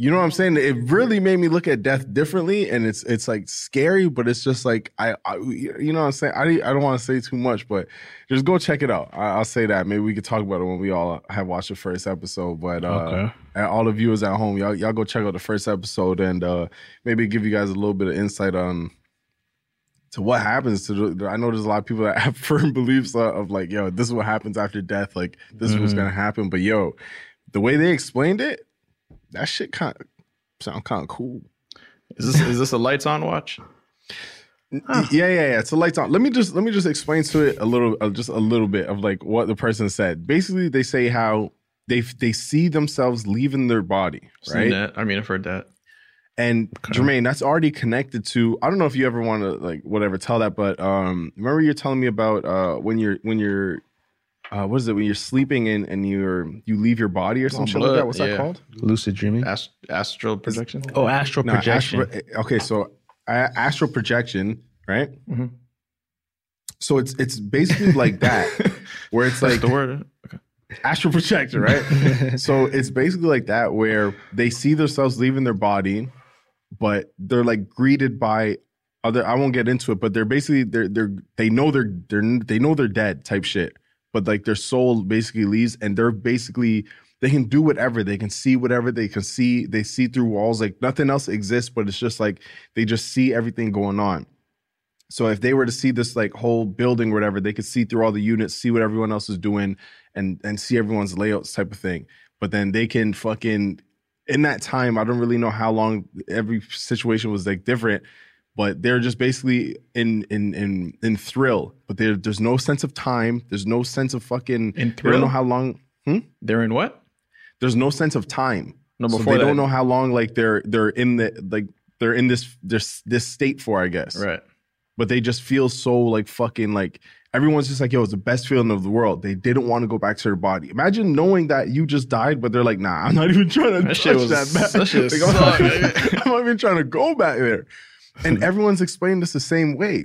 Speaker 4: you know what I'm saying? It really made me look at death differently, and it's it's like scary, but it's just like I, I you know what I'm saying. I I don't want to say too much, but just go check it out. I, I'll say that maybe we could talk about it when we all have watched the first episode. But uh,
Speaker 5: Okay.
Speaker 4: and all the viewers at home, y'all y'all go check out the first episode and uh, maybe give you guys a little bit of insight on to what happens to the, I know there's a lot of people that have firm beliefs of, of like, yo, this is what happens after death. Like, this is what's gonna happen. But yo, the way they explained it, that shit kind of sound kind of cool.
Speaker 3: is this is this a lights on watch?
Speaker 4: Yeah, yeah, yeah. It's a lights on. Let me just let me just explain to it a little, uh, just a little bit of like what the person said. Basically, they say how they they see themselves leaving their body,
Speaker 3: Seen
Speaker 4: right?
Speaker 3: that? I mean, I've heard that.
Speaker 4: And Jermaine, that's already connected to. I don't know if you ever want to like whatever tell that, but um, remember you're telling me about uh when you're when you're uh what is it when you're sleeping and and you're you leave your body or some
Speaker 3: Oh,
Speaker 4: shit like that.
Speaker 3: blood,
Speaker 4: What's
Speaker 3: yeah.
Speaker 4: that called?
Speaker 5: Lucid dreaming.
Speaker 3: Ast- astral projection.
Speaker 5: Uh, Oh, astral
Speaker 4: Nah,
Speaker 5: projection.
Speaker 4: astral- eh, okay, so a- astral projection, right?
Speaker 3: Mhm.
Speaker 4: So it's it's basically like that, where it's
Speaker 3: That's
Speaker 4: like
Speaker 3: the word. Okay.
Speaker 4: astral projection, right? so it's basically like that where they see themselves leaving their body, but they're like greeted by other I won't get into it, but they're basically they're they're they know they're they're they know they're dead type shit. But like their soul basically leaves and they're basically they can do whatever, they can see whatever, they can see, they see through walls, like nothing else exists, but it's just like they just see everything going on. So if they were to see this like whole building, or whatever, they could see through all the units, see what everyone else is doing, and and see everyone's layouts type of thing. But then they can fucking in that time, I don't really know how long every situation was like different, but they're just basically in in in in thrill. But there there's no sense of time. There's no sense of
Speaker 3: In
Speaker 4: fucking. They don't
Speaker 3: thrill?
Speaker 4: know how long. Hmm?
Speaker 3: They're in what?
Speaker 4: There's no sense of time.
Speaker 3: No,
Speaker 4: So
Speaker 3: before
Speaker 4: they
Speaker 3: that.
Speaker 4: don't know how long like they're they're in the like they're in this this this state for. I guess
Speaker 3: Right.
Speaker 4: but they just feel so like fucking like everyone's just like yo it's the best feeling of the world they didn't want to go back to their body imagine knowing that you just died but they're like nah i'm not even trying to
Speaker 3: That
Speaker 4: touch
Speaker 3: shit was-
Speaker 4: that back
Speaker 3: that shit
Speaker 4: Like, I'm,
Speaker 3: sucked.
Speaker 4: not, I'm not even trying to go back there and everyone's explaining this the same way.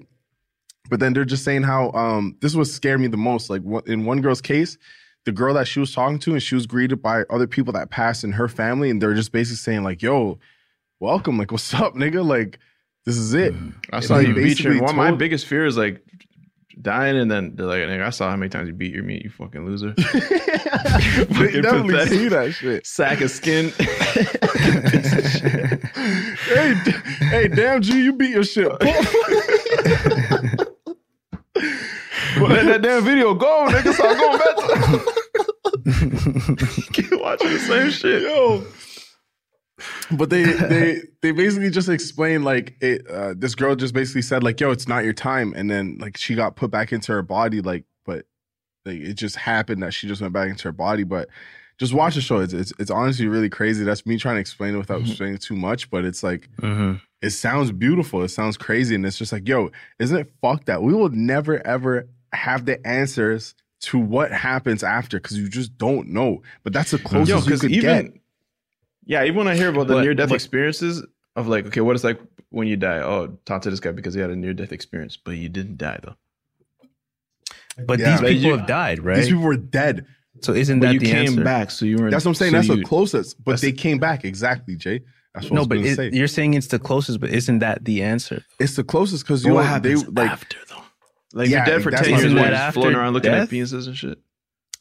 Speaker 4: But then they're just saying how um, this was scared me the most. Like wha- in one girl's case, the girl that she was talking to, and she was greeted by other people that passed in her family, and they're just basically saying like, "Yo, welcome, like what's up, nigga? Like this is it."
Speaker 3: I
Speaker 4: And
Speaker 3: saw
Speaker 4: they
Speaker 3: you beat your.
Speaker 4: basically
Speaker 3: One, my
Speaker 4: told-
Speaker 3: biggest fear is like dying, and then they're like, "Nigga, I saw how many times you beat your meat, you fucking loser."
Speaker 4: They
Speaker 3: Fucking
Speaker 4: definitely
Speaker 3: pathetic
Speaker 4: see that shit.
Speaker 3: Sack of skin.
Speaker 4: hey, d- hey, damn G, you beat your shit.
Speaker 3: Let that damn video go, nigga. Start going back. To- Keep watching the same shit.
Speaker 4: Yo. But they they they basically just explained like it, uh, this girl just basically said like yo it's not your time and then like she got put back into her body like but like it just happened that she just went back into her body but just watch the show it's it's, it's honestly really crazy that's me trying to explain it without
Speaker 3: Mm-hmm.
Speaker 4: explaining too much but it's like
Speaker 5: Mm-hmm.
Speaker 4: it sounds beautiful. It sounds crazy. And it's just like, yo, isn't it fucked that we will never ever have the answers to what happens after because you just don't know. But that's the
Speaker 3: Yo,
Speaker 4: closest you
Speaker 3: because
Speaker 4: could
Speaker 3: even
Speaker 4: get.
Speaker 3: yeah, even when I hear about the
Speaker 5: But-
Speaker 3: near death
Speaker 5: but-
Speaker 3: experiences of like, okay, what it's like when you die. Oh, talk to this guy because he had a near death experience, but you didn't die though.
Speaker 5: But
Speaker 4: Yeah.
Speaker 5: these
Speaker 4: But
Speaker 5: people
Speaker 3: you-
Speaker 5: have died,
Speaker 4: These
Speaker 5: right?
Speaker 4: people were dead.
Speaker 5: so isn't
Speaker 3: But
Speaker 5: that
Speaker 3: you
Speaker 5: the
Speaker 3: came
Speaker 5: answer?
Speaker 3: back, so you were.
Speaker 4: That's what I'm saying.
Speaker 3: so
Speaker 4: that's
Speaker 3: you,
Speaker 4: the closest. But
Speaker 3: that's-
Speaker 4: they came back exactly, Jay. That's what I
Speaker 5: No,
Speaker 4: was
Speaker 5: but
Speaker 4: gonna
Speaker 5: it-
Speaker 4: say.
Speaker 5: you're saying it's the closest, but isn't that the answer?
Speaker 4: It's the closest because
Speaker 3: But
Speaker 4: you
Speaker 3: what
Speaker 4: know, they
Speaker 3: happens
Speaker 4: like
Speaker 3: after though? Like
Speaker 4: Yeah,
Speaker 3: you're dead for
Speaker 4: that's
Speaker 3: ten
Speaker 4: what
Speaker 3: years,
Speaker 4: I'm saying.
Speaker 3: while
Speaker 5: That
Speaker 3: you're just floating
Speaker 5: after
Speaker 3: around looking
Speaker 5: death?
Speaker 3: at penises and shit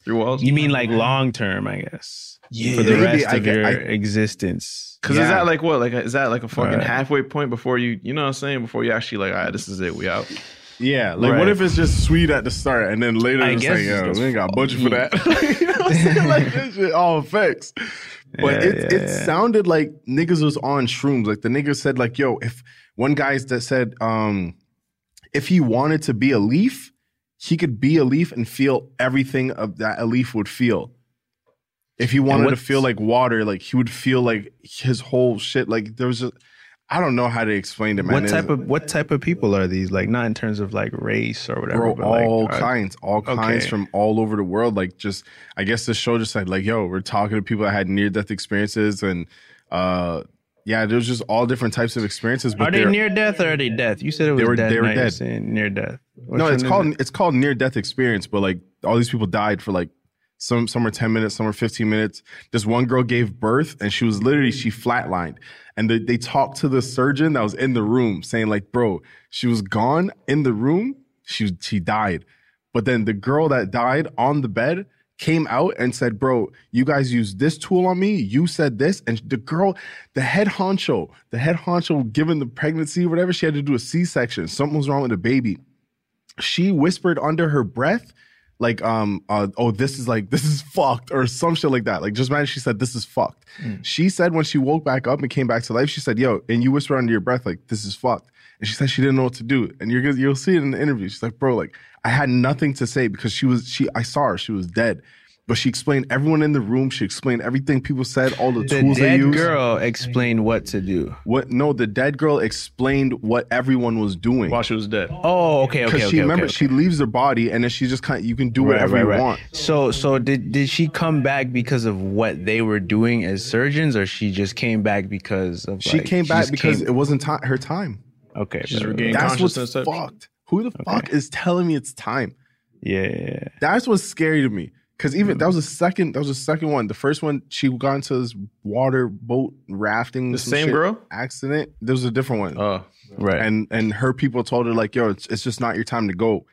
Speaker 3: through walls.
Speaker 5: You mean like long term, I guess.
Speaker 4: Yeah.
Speaker 5: For the
Speaker 4: Maybe,
Speaker 5: rest
Speaker 4: I
Speaker 5: of
Speaker 4: gue-
Speaker 5: your
Speaker 4: I-
Speaker 5: existence.
Speaker 3: Because
Speaker 4: Yeah.
Speaker 3: is that like what? Like is that like a fucking
Speaker 5: Right.
Speaker 3: halfway point before you? You know what I'm saying? Before you actually like, all right, this is it. We out.
Speaker 4: yeah, like
Speaker 5: Right.
Speaker 4: what if it's just sweet at the start and then later
Speaker 5: I
Speaker 4: it's
Speaker 5: guess
Speaker 4: like,
Speaker 5: it's
Speaker 4: yo,
Speaker 5: just
Speaker 4: we ain't got a budget for
Speaker 5: fuck.
Speaker 4: that. you know what I'm saying? Like this shit all affects. But
Speaker 5: Yeah,
Speaker 4: it
Speaker 5: yeah,
Speaker 4: it
Speaker 5: yeah.
Speaker 4: sounded like niggas was on shrooms. Like the niggas said, like, yo, if one guy that said, um, if he wanted to be a leaf, he could be a leaf and feel everything of that a leaf would feel. If he wanted to
Speaker 5: what's-
Speaker 4: feel like water, like he would feel like his whole shit. Like there was just I don't know how to explain it, man.
Speaker 5: What
Speaker 4: It's-
Speaker 5: type of what type of people are these? Like not in terms of like race or whatever,
Speaker 4: Bro,
Speaker 5: but like
Speaker 4: all
Speaker 5: are-
Speaker 4: kinds, all kinds
Speaker 5: okay.
Speaker 4: from all over the world. Like, just I guess the show just said, like, yo, we're talking to people that had near death experiences, and uh, yeah, there's just all different types of experiences. But
Speaker 5: Are they
Speaker 4: they're-
Speaker 5: near death or are they death? You said it was
Speaker 4: were-
Speaker 5: death.
Speaker 4: they were
Speaker 5: now you're
Speaker 4: dead.
Speaker 5: saying near death. Which
Speaker 4: No,
Speaker 5: one
Speaker 4: it's
Speaker 5: is
Speaker 4: called
Speaker 5: it?
Speaker 4: it's called near death experience. But like, all these people died for like some some were ten minutes, some were fifteen minutes. This one girl gave birth, and she was literally she flatlined, and they, they talked to the surgeon that was in the room, saying like, bro, she was gone in the room, she she died. But then the girl that died on the bed came out and said, Bro, you guys used this tool on me. You said this. And the girl, the head honcho, the head honcho, given the pregnancy, whatever, she had to do a C section. Something was wrong with the baby. She whispered under her breath, like, um, uh, oh, this is like, this is fucked, or some shit like that. Like, just imagine she said, This is fucked. She said when she woke back up and came back to life, she said, Yo, and you whispered under your breath, like, this is fucked. And she said she didn't know what to do. And you're gonna you'll see it in the interview. She's like, bro, like I had nothing to say because she was she I saw her, she was dead. But she explained everyone in the room, she explained everything people said, all the,
Speaker 5: the
Speaker 4: tools they
Speaker 5: dead
Speaker 4: used.
Speaker 5: girl explained what to do.
Speaker 4: What no, the dead girl explained what everyone was doing.
Speaker 3: While she was dead.
Speaker 5: Oh, okay, okay,
Speaker 4: Because
Speaker 5: okay.
Speaker 4: she
Speaker 5: okay,
Speaker 4: remember
Speaker 5: okay.
Speaker 4: she leaves her body and then she just kind of, you can do whatever you want.
Speaker 5: So so did did she come back because of what they were doing as surgeons, or she just came back because of
Speaker 4: She
Speaker 5: like,
Speaker 4: came back
Speaker 5: just
Speaker 4: because
Speaker 5: came-
Speaker 4: it wasn't ti her time.
Speaker 5: okay,
Speaker 3: She's
Speaker 5: but-
Speaker 3: regained
Speaker 4: That's what's
Speaker 3: consciousness. type-
Speaker 4: fucked. Who the fuck is telling me it's time?
Speaker 5: yeah, yeah,
Speaker 4: That's what's scary to me. Cause even that was the second that was the second one. The first one, she got into this water boat rafting.
Speaker 3: The
Speaker 4: some
Speaker 3: same girl?
Speaker 4: accident. There was a different one.
Speaker 3: Oh,
Speaker 5: right.
Speaker 4: and and her people told her, like, yo, it's, it's just not your time to go.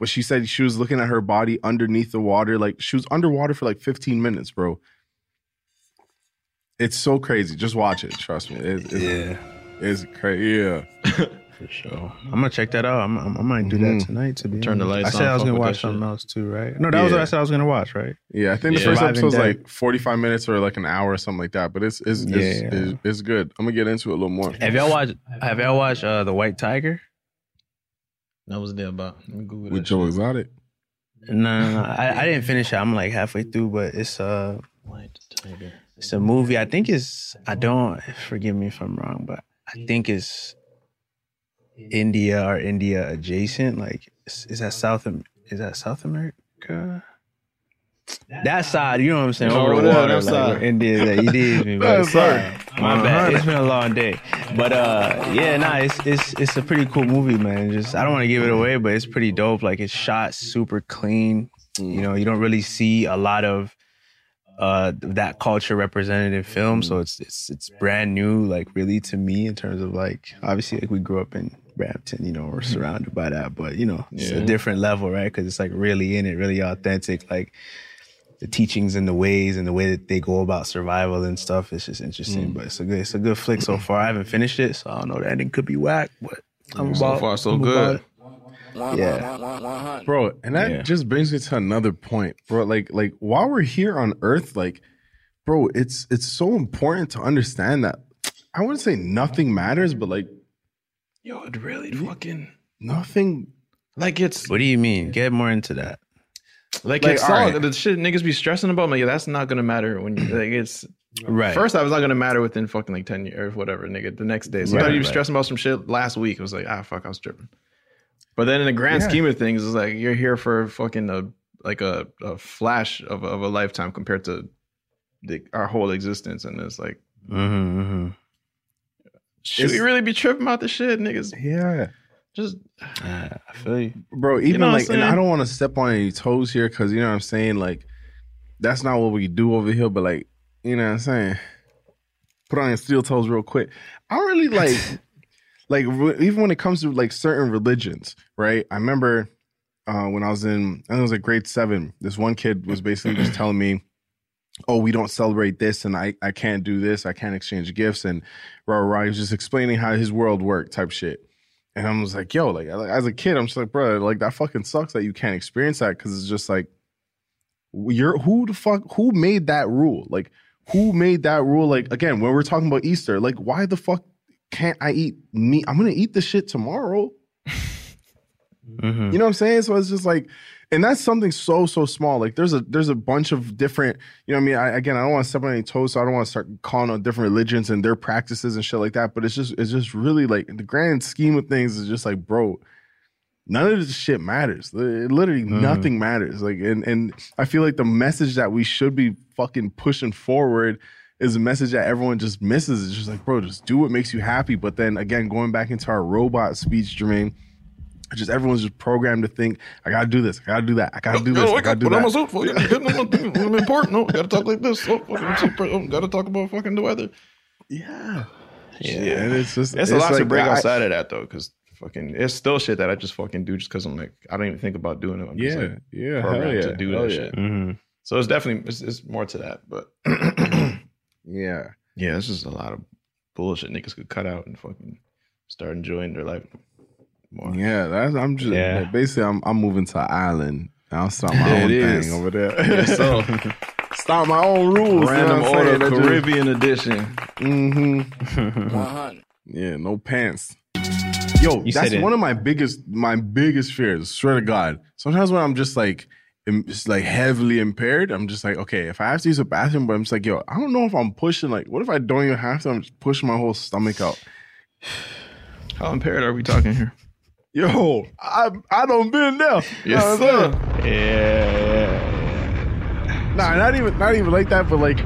Speaker 4: But she said she was looking at her body underneath the water. Like she was underwater for like 15 minutes, bro. It's so crazy. Just watch it. Trust me. It's, it's, It's crazy. Yeah.
Speaker 5: for sure. I'm gonna check that out. I'm, I'm, I might do
Speaker 4: Mhm.
Speaker 5: that tonight. To be
Speaker 3: Turn the
Speaker 5: honest.
Speaker 3: lights
Speaker 5: I said
Speaker 3: on,
Speaker 5: I was
Speaker 3: fuck
Speaker 5: gonna
Speaker 3: with that
Speaker 5: watch
Speaker 3: shit.
Speaker 5: something else too, right? No, that was what
Speaker 4: Yeah.
Speaker 5: I said I was gonna watch, right?
Speaker 4: Yeah, I think the
Speaker 3: Yeah.
Speaker 4: first
Speaker 5: Surviving
Speaker 4: episode's
Speaker 5: Dead.
Speaker 4: like 45 minutes or like an hour or something like that. But it's it's
Speaker 5: Yeah,
Speaker 4: it's,
Speaker 5: yeah.
Speaker 4: It's, it's good. I'm gonna get into it a little more.
Speaker 5: Have y'all watched? Have y'all watched uh, the White Tiger?
Speaker 3: that was there about. Let me Google
Speaker 4: With
Speaker 3: that
Speaker 4: Joe
Speaker 3: shit.
Speaker 4: Exotic.
Speaker 5: No, no, no. I, I didn't finish it. I'm like halfway through, but it's uh,
Speaker 3: White tiger.
Speaker 5: it's a movie. I think it's I don't forgive me if I'm wrong, but I think it's India or India adjacent. Like is, is that South Am- is that South America? That side, you know what I'm saying?
Speaker 3: Oh,
Speaker 5: Over the
Speaker 3: yeah,
Speaker 5: water,
Speaker 3: that
Speaker 5: like,
Speaker 3: side.
Speaker 5: and did that. You did me, bro.
Speaker 4: That
Speaker 5: Sorry, my
Speaker 4: Uh-huh.
Speaker 5: bad. It's been a long day, but uh, yeah, nah, it's it's it's a pretty cool movie, man. Just I don't want to give it away, but it's pretty dope. Like it's shot super clean. You know, you don't really see a lot of uh that culture represented in film, so it's it's it's brand new, like really to me in terms of like obviously like we grew up in Brampton, you know, we're surrounded by that, but you know, it's a
Speaker 3: Yeah.
Speaker 5: different level, right? Because it's like really in it, really authentic, like the teachings and the ways and the way that they go about survival and stuff. It's just interesting, but it's a good it's a good flick so far. I haven't finished it, so I don't know. The ending could be whack, but I'm
Speaker 3: So
Speaker 5: about
Speaker 3: far, so
Speaker 5: I'm
Speaker 3: good.
Speaker 5: about it. yeah,
Speaker 4: bro and that
Speaker 5: Yeah.
Speaker 4: just brings me to another point bro like like while we're here on earth like bro it's it's so important to understand that i wouldn't say nothing matters but like
Speaker 3: Yo, it really fucking
Speaker 4: nothing
Speaker 3: like it's
Speaker 5: What do you mean? Get more into that.
Speaker 3: like,
Speaker 4: Like,
Speaker 3: it's
Speaker 4: all
Speaker 3: all
Speaker 4: right.
Speaker 3: the shit niggas be stressing about. Like, yeah, that's not gonna matter when you, like it's
Speaker 5: Right.
Speaker 3: first. I was not gonna matter within fucking like ten years or whatever, nigga. The next day, so
Speaker 5: Right,
Speaker 3: you
Speaker 5: right.
Speaker 3: were stressing about some shit last week. It was like ah fuck, I was tripping. But then in the grand scheme of things, it's like you're here for fucking a like a, a flash of, of a lifetime compared to the, our whole existence, and it's like
Speaker 5: Mm-hmm, hmm
Speaker 3: should
Speaker 4: It's-
Speaker 3: we really be tripping about this shit, niggas?
Speaker 4: yeah
Speaker 3: Just
Speaker 5: Ah, I feel you.
Speaker 4: bro even
Speaker 3: know what I'm
Speaker 4: like and i
Speaker 3: saying?
Speaker 4: don't want to step on any toes here because you know what i'm saying like that's not what we do over here but like you know what i'm saying put on your steel toes real quick i don't really like like re- even when it comes to like certain religions right i remember uh when i was in i think it was like grade seven this one kid was basically just telling me oh we don't celebrate this and i i can't do this i can't exchange gifts and rah rah rah. he was just explaining how his world worked type shit and I'm just like, yo, like as a kid, I'm just like, bro, like that fucking sucks that you can't experience that because it's just like, you're who the fuck who made that rule? Like, who made that rule? Like again, when we're talking about Easter, like why the fuck can't I eat meat? I'm gonna eat this shit tomorrow. You know what I'm saying? So it's just like, and that's something so so small. Like there's a there's a bunch of different. You know what I mean? I, again, I don't want to step on any toes, so I don't want to start calling out different religions and their practices and shit like that. But it's just it's just really like in the grand scheme of things is just like, bro, none of this shit matters. Li- Literally
Speaker 3: Mm-hmm.
Speaker 4: nothing matters. Like and and I feel like the message that we should be fucking pushing forward is a message that everyone just misses. It's just like, bro, just do what makes you happy. But then again, going back into our robot speech, Jermaine, just everyone's just programmed to think, I gotta do this, I gotta do that, I gotta do this,
Speaker 3: Oh,
Speaker 4: I gotta do that.
Speaker 3: for you. I'm important. No, gotta talk like this. Oh, gotta talk about fucking the weather.
Speaker 4: Ah. yeah. Yeah. And it's just
Speaker 3: It's, a lot to
Speaker 4: like,
Speaker 3: break
Speaker 4: I-
Speaker 3: outside of that though, because fucking it's still shit that I just fucking do just because I'm like I don't even think about doing it. I'm
Speaker 4: Yeah,
Speaker 3: just like
Speaker 4: yeah, hell
Speaker 3: programmed
Speaker 4: yeah,
Speaker 3: to do
Speaker 4: hell
Speaker 3: that
Speaker 4: yeah. Mm-hmm.
Speaker 3: shit.
Speaker 5: Mhm.
Speaker 3: So it's definitely it's, it's more to that, but
Speaker 4: Yeah,
Speaker 3: yeah, it's just a lot of bullshit niggas could cut out and fucking start enjoying their life more.
Speaker 4: yeah. That's I'm just
Speaker 5: Yeah.
Speaker 4: basically I'm I'm moving to Ireland. I'll start my
Speaker 3: There
Speaker 4: own
Speaker 3: it is.
Speaker 4: thing over there.
Speaker 3: So
Speaker 4: start my own rules.
Speaker 3: random order Caribbean edition.
Speaker 4: Mm-hmm. yeah, no pants. Yo,
Speaker 5: You
Speaker 4: that's
Speaker 5: said it.
Speaker 4: one of my biggest my biggest fears. Swear to God. Sometimes when I'm just like im- just like heavily impaired, I'm just like, okay, if I have to use a bathroom, but I'm just like, yo, I don't know if I'm pushing. Like, what if I don't even have to? I'm just pushing my whole stomach out.
Speaker 3: How impaired are we talking here?
Speaker 4: Yo, I I don't been there.
Speaker 3: Yes,
Speaker 4: Nah,
Speaker 3: sir.
Speaker 4: Nah, not even not even like that, but like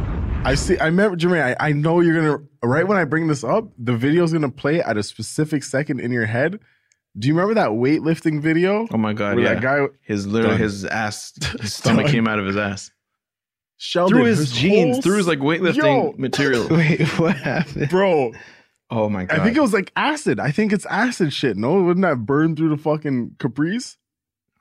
Speaker 4: I see I remember Jermaine, I, I know you're gonna right when I bring this up, the video's gonna play at a specific second in your head. Do you remember that weightlifting video?
Speaker 3: Oh my god,
Speaker 4: Where
Speaker 3: yeah.
Speaker 4: that guy
Speaker 3: his literally
Speaker 4: Done.
Speaker 3: his ass his stomach came out of his ass.
Speaker 4: shoved
Speaker 3: through
Speaker 4: it
Speaker 3: his, jeans,
Speaker 4: whole
Speaker 3: through his like weightlifting
Speaker 4: Yo.
Speaker 3: material.
Speaker 5: Wait, what happened?
Speaker 4: bro.
Speaker 3: Oh my god.
Speaker 4: I think it was like acid. I think it's acid shit. No, wouldn't that burn through the fucking capris?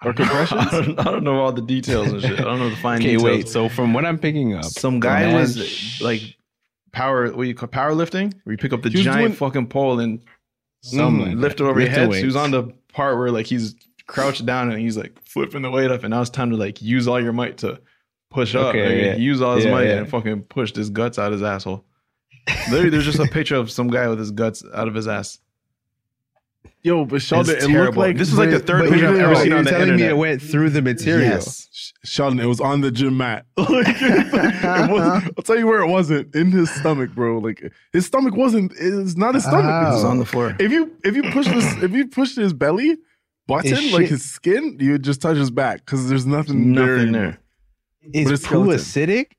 Speaker 3: or compressions. I don't, I don't know all the details and shit. I don't know the fine
Speaker 5: Okay,
Speaker 3: details.
Speaker 5: wait. So from what I'm picking up,
Speaker 3: some guy
Speaker 5: the man-
Speaker 3: was like power. What you call powerlifting? Where you pick up the
Speaker 4: He was
Speaker 3: giant
Speaker 4: doing-
Speaker 3: fucking pole and mm,
Speaker 5: Something like
Speaker 3: lift it
Speaker 5: that.
Speaker 3: over your
Speaker 5: Lifting
Speaker 3: head. So he was
Speaker 5: weights.
Speaker 3: on the part where like he's crouched down and he's like flipping the weight up, and now it's time to like use all your might to push up.
Speaker 5: Okay,
Speaker 3: Like,
Speaker 5: yeah.
Speaker 3: Use all his
Speaker 5: Yeah,
Speaker 3: might
Speaker 5: yeah.
Speaker 3: and fucking push his guts out his asshole. Literally, there's just a picture of some guy with his guts out of his ass.
Speaker 4: Yo, but
Speaker 3: It's
Speaker 4: Sheldon, it looked
Speaker 3: terrible.
Speaker 4: like
Speaker 3: This is like the third
Speaker 4: but
Speaker 3: picture
Speaker 4: you
Speaker 3: I've
Speaker 4: know,
Speaker 3: ever
Speaker 4: like,
Speaker 3: seen
Speaker 5: you're
Speaker 3: on the
Speaker 5: telling me
Speaker 3: internet.
Speaker 5: it went through the material.
Speaker 4: Sh- Sheldon, it was on the gym mat. Like, it was, I'll tell you where it wasn't in his stomach, bro. Like his stomach wasn't. It's not his stomach.
Speaker 5: Ow.
Speaker 4: It was on
Speaker 3: the floor.
Speaker 4: the- if you if you push this if you push his belly button
Speaker 5: His
Speaker 4: like
Speaker 5: shit-
Speaker 4: his skin, you would just touch his back because there's nothing,
Speaker 3: Nothing there.
Speaker 5: Is
Speaker 4: But it's skeleton.
Speaker 5: poo acidic?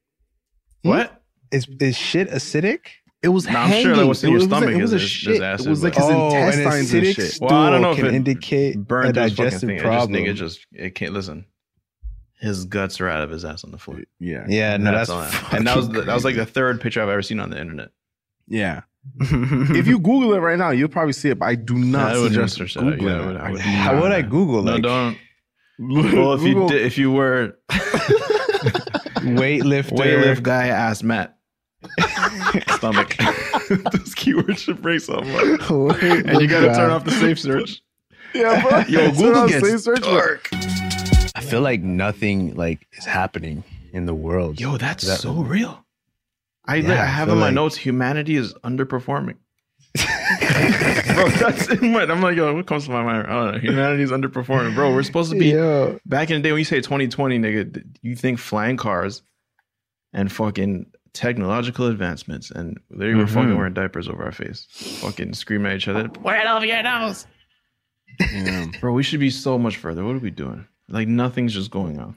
Speaker 3: What?
Speaker 5: Is is shit acidic? It was
Speaker 3: Nah, I'm sure that what's in your stomach is a- is acid,
Speaker 4: It was like
Speaker 3: but-
Speaker 4: his
Speaker 5: Oh, an
Speaker 4: intestines and
Speaker 5: acidic
Speaker 4: shit.
Speaker 5: stool
Speaker 3: Well, I don't know if
Speaker 5: can
Speaker 3: it
Speaker 5: indicate a
Speaker 3: Burned through his fucking
Speaker 5: digestive
Speaker 3: thing.
Speaker 5: problem.
Speaker 3: It just, nigga just it can't listen. His guts are out of his ass on the floor.
Speaker 4: Yeah,
Speaker 5: yeah, no, that's,
Speaker 3: all I- and that was the, that was like the third picture I've ever seen on the internet.
Speaker 4: yeah.
Speaker 5: the.
Speaker 4: If you Google it right now, you'll probably see it. But I do not
Speaker 3: I wouldn't
Speaker 4: suggest
Speaker 3: search that out.
Speaker 4: Googling
Speaker 3: Yeah, I would- I
Speaker 4: it.
Speaker 3: would-
Speaker 5: How would I Google
Speaker 3: No,
Speaker 5: like
Speaker 3: don't. Well, if you did, if you were
Speaker 5: weightlifter?
Speaker 3: weightlifter guy, ass Matt stomach. Those keywords should break something. up. And you got to turn off the safe search.
Speaker 4: yeah, bro.
Speaker 3: Yo,
Speaker 4: Turn
Speaker 3: Google
Speaker 4: on
Speaker 3: gets
Speaker 4: safe search, bro.
Speaker 3: dark.
Speaker 5: I feel like nothing like is happening in the world.
Speaker 3: Yo, that's
Speaker 5: That-
Speaker 3: so real. I,
Speaker 5: Yeah,
Speaker 3: li- I
Speaker 5: I
Speaker 3: have
Speaker 5: feel
Speaker 3: in my
Speaker 5: like-
Speaker 3: notes humanity is underperforming. bro, that's in my. I'm like, yo, what comes to my mind? I don't know. Humanity is underperforming, bro. We're supposed to be
Speaker 5: Yo,
Speaker 3: back in the day when you say 2020, nigga, th- you think flying cars and fucking technological advancements, and they were
Speaker 5: Mm-hmm.
Speaker 3: fucking wearing diapers over our face, fucking screaming at each other, wear it over your nose. Bro, we should be so much further. What are we doing? Like nothing's just going on.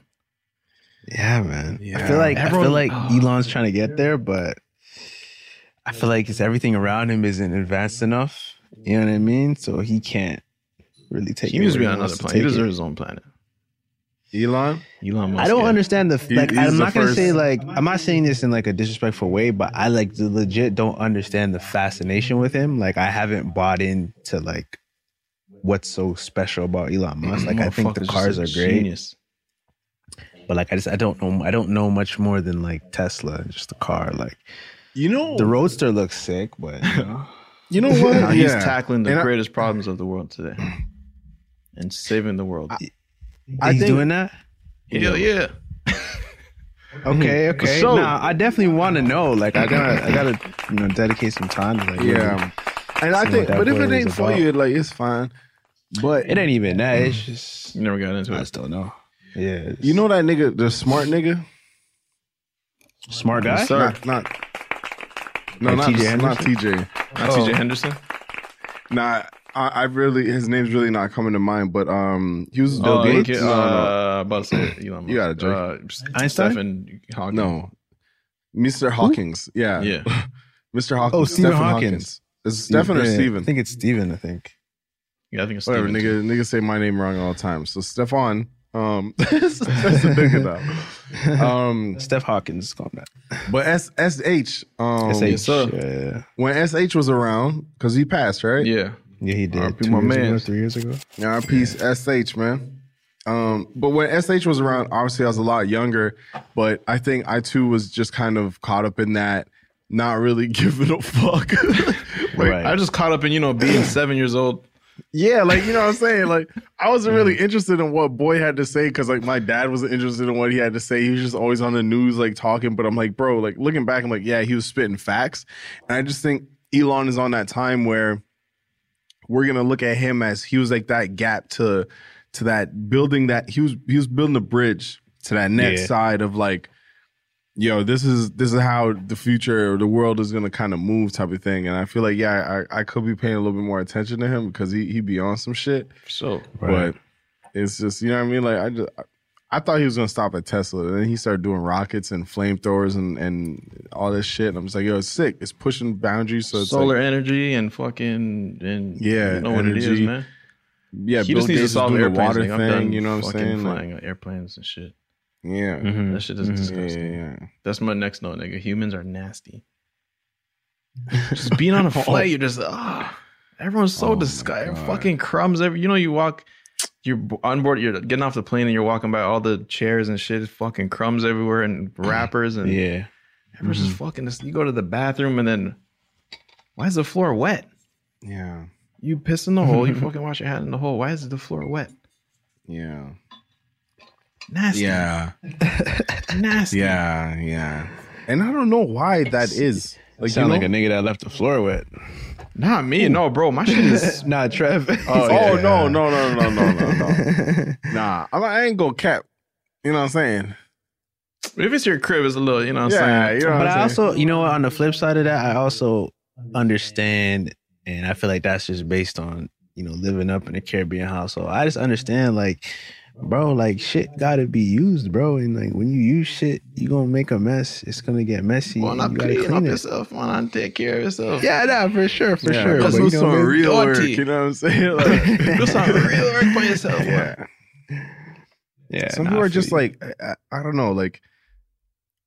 Speaker 5: yeah, man. I
Speaker 4: Yeah. Oh,
Speaker 5: feel like I feel
Speaker 3: Everyone-
Speaker 5: like Elon's trying to get there, but I feel like it's everything around him isn't advanced enough. You know what I mean? So he can't really take.
Speaker 3: He
Speaker 5: it
Speaker 3: needs to be
Speaker 5: where
Speaker 3: on another
Speaker 5: wants to
Speaker 3: planet. He
Speaker 5: take it.
Speaker 3: deserves his own planet.
Speaker 4: Elon.
Speaker 3: Elon Musk.
Speaker 5: I don't
Speaker 3: yeah.
Speaker 5: understand the
Speaker 4: He-
Speaker 5: like.
Speaker 4: he's
Speaker 5: I'm
Speaker 4: the
Speaker 5: not gonna
Speaker 4: first-
Speaker 5: say like. I'm not saying this in like a disrespectful way, but I like legit don't understand the fascination with him. Like I haven't bought into like what's so special about Elon Musk. Like I think the
Speaker 3: Motherfucker's
Speaker 5: cars are
Speaker 3: just a
Speaker 5: great,
Speaker 3: genius.
Speaker 5: but like I just I don't know I don't know much more than like Tesla and just the car. Like
Speaker 4: You know
Speaker 5: the Roadster looks sick, but you know.
Speaker 4: You know
Speaker 3: Now
Speaker 4: what?
Speaker 3: He's
Speaker 4: Yeah.
Speaker 3: tackling the
Speaker 4: And I-
Speaker 3: greatest problems of the world today and saving the world.
Speaker 4: I
Speaker 5: he's
Speaker 4: think-
Speaker 5: doing that.
Speaker 3: yeah, yeah.
Speaker 5: Okay, okay.
Speaker 3: So-
Speaker 5: nah, I definitely want to know. Like I gotta I gotta you know dedicate some time. To, like, really-
Speaker 4: Yeah. And I
Speaker 5: See
Speaker 4: think,
Speaker 5: what that
Speaker 4: but if
Speaker 5: boy
Speaker 4: it
Speaker 5: was
Speaker 4: ain't for
Speaker 5: about.
Speaker 4: you, like it's fine. But
Speaker 5: it ain't even that. It's just
Speaker 3: Never got into
Speaker 5: I
Speaker 3: it.
Speaker 5: just don't know. Yeah,
Speaker 4: you know that nigga, the smart nigga,
Speaker 5: smart guy.
Speaker 4: not not. No,
Speaker 5: Like
Speaker 4: not
Speaker 5: TJ
Speaker 4: not
Speaker 5: Henderson?
Speaker 4: TJ.
Speaker 3: Not
Speaker 5: Oh.
Speaker 3: TJ Henderson.
Speaker 4: Nah, I, I really his name's really not coming to mind. But um, he was
Speaker 3: Bill Gates?
Speaker 4: No, no,
Speaker 3: Uh, about to say Elon Musk.
Speaker 4: You got it, Drake.
Speaker 3: Uh,
Speaker 5: Einstein?
Speaker 3: Stephen Hawking.
Speaker 4: no, Mr. Hawkins. Yeah,
Speaker 3: Yeah.
Speaker 4: Mr. Hawkins.
Speaker 5: Oh, Stephen
Speaker 4: Stephen
Speaker 5: Hawkins.
Speaker 4: Is it Stephen or
Speaker 5: Yeah,
Speaker 4: Stephen?
Speaker 5: I think it's Steven, I think.
Speaker 3: Yeah, I think it's
Speaker 4: Whatever,
Speaker 3: Stephen.
Speaker 4: nigga. Nigga say my name wrong all the time. So Stefan. Um, that's a nigga though. Um,
Speaker 5: Steph Hawkins is called that.
Speaker 4: but S S H. Um,
Speaker 5: SH.
Speaker 3: yes, sir.
Speaker 5: yeah.
Speaker 4: when SH was around, because he passed, right?
Speaker 3: Yeah.
Speaker 5: yeah, he did.
Speaker 3: R.I.P.
Speaker 5: Two
Speaker 3: my
Speaker 5: years ago,
Speaker 3: man.
Speaker 5: three years ago.
Speaker 4: Yeah, our piece SH, man. Um, but when SH was around, obviously I was a lot younger, but I think I too was just kind of caught up in that, not really giving a fuck. like,
Speaker 5: Right.
Speaker 3: I was just caught up in, you know, being seven years old.
Speaker 4: yeah, like you know what I'm saying? Like I wasn't really interested in what boy had to say because like my dad wasn't interested in what he had to say. He was just always on the news, like talking. But I'm like, bro, like looking back, I'm like, yeah, he was spitting facts. And I just think Elon is on that time where we're gonna look at him as he was like that gap to to that building that he was he was building a bridge to that next
Speaker 5: Yeah.
Speaker 4: side of like yo this is this is how the future or the world is gonna kind of move type of thing and i feel like yeah I, I could be paying a little bit more attention to him because he he be on some shit
Speaker 3: So
Speaker 4: but
Speaker 5: Right.
Speaker 4: it's just you know what i mean like i just I, I thought he was gonna stop at Tesla, and then he started doing rockets and flamethrowers and, and all this shit. And I'm just like, yo, it's sick. It's pushing boundaries. So it's
Speaker 3: solar
Speaker 4: like,
Speaker 3: energy and fucking and
Speaker 4: Yeah,
Speaker 3: you know what it is,
Speaker 4: energy.
Speaker 3: man.
Speaker 4: yeah,
Speaker 3: he
Speaker 4: Bill
Speaker 3: just needs
Speaker 4: Gates
Speaker 3: to
Speaker 4: is
Speaker 3: solve
Speaker 4: doing the
Speaker 3: airplanes.
Speaker 4: water
Speaker 3: nigga. I'm
Speaker 4: thing.
Speaker 3: done
Speaker 4: You know what I'm
Speaker 3: fucking
Speaker 4: saying? Like,
Speaker 3: Flying on airplanes and shit.
Speaker 4: yeah,
Speaker 3: That shit is
Speaker 5: Mhm.
Speaker 3: disgusting.
Speaker 4: yeah, yeah.
Speaker 3: That's my next note, nigga. Humans are nasty. just being on a flight, you're just ah. everyone's so
Speaker 4: Oh my
Speaker 3: disgusting.
Speaker 4: God.
Speaker 3: Fucking crumbs. Every you know, you walk, you're b- on board, you're getting off the plane, and you're walking by all the chairs and shit. Fucking crumbs everywhere and wrappers and
Speaker 5: Yeah.
Speaker 3: everyone's just
Speaker 4: Mm-hmm.
Speaker 3: fucking. Just, you go to the bathroom and then why is the floor wet?
Speaker 4: Yeah.
Speaker 3: You piss in the hole. You fucking wash your hand in the hole. Why is the floor wet?
Speaker 4: Yeah.
Speaker 3: Nasty.
Speaker 4: Yeah.
Speaker 3: Nasty.
Speaker 4: Yeah. Yeah. And I don't know why that is. Like, you
Speaker 5: Sound
Speaker 4: know,
Speaker 5: like a nigga that left the floor wet.
Speaker 3: Not me. No, bro. My shit is.
Speaker 5: nah, Trev.
Speaker 4: Oh, no, no, no, no, no, no, no. nah, I'm, I ain't gonna cap. You know what I'm saying?
Speaker 3: if it's your crib, it's a little. You know what I'm
Speaker 4: yeah,
Speaker 3: saying.
Speaker 4: you know
Speaker 5: but
Speaker 4: what
Speaker 5: I
Speaker 4: I'm saying?
Speaker 5: also, you know, what, on the flip side of that, I also understand, and I feel like that's just based on you know living up in a Caribbean household. I just understand like bro, like shit gotta be used, bro. And like when you use shit, you gonna make a mess. It's gonna get messy.
Speaker 3: Why
Speaker 5: and
Speaker 3: not
Speaker 5: you gotta
Speaker 3: clean up
Speaker 5: clean it.
Speaker 3: yourself? Why not take care of yourself?
Speaker 5: Yeah, nah, for sure, for
Speaker 4: Yeah,
Speaker 5: sure.
Speaker 4: Cause
Speaker 5: But
Speaker 4: do
Speaker 5: you
Speaker 4: some
Speaker 5: know what I mean?
Speaker 4: real work.
Speaker 3: Dirty.
Speaker 4: You know what I'm saying? Like,
Speaker 3: Do some real work by yourself.
Speaker 5: Yeah. Yeah.
Speaker 4: some
Speaker 5: nah,
Speaker 4: people
Speaker 5: I
Speaker 4: are just
Speaker 5: feel you.
Speaker 4: like I, I I don't know like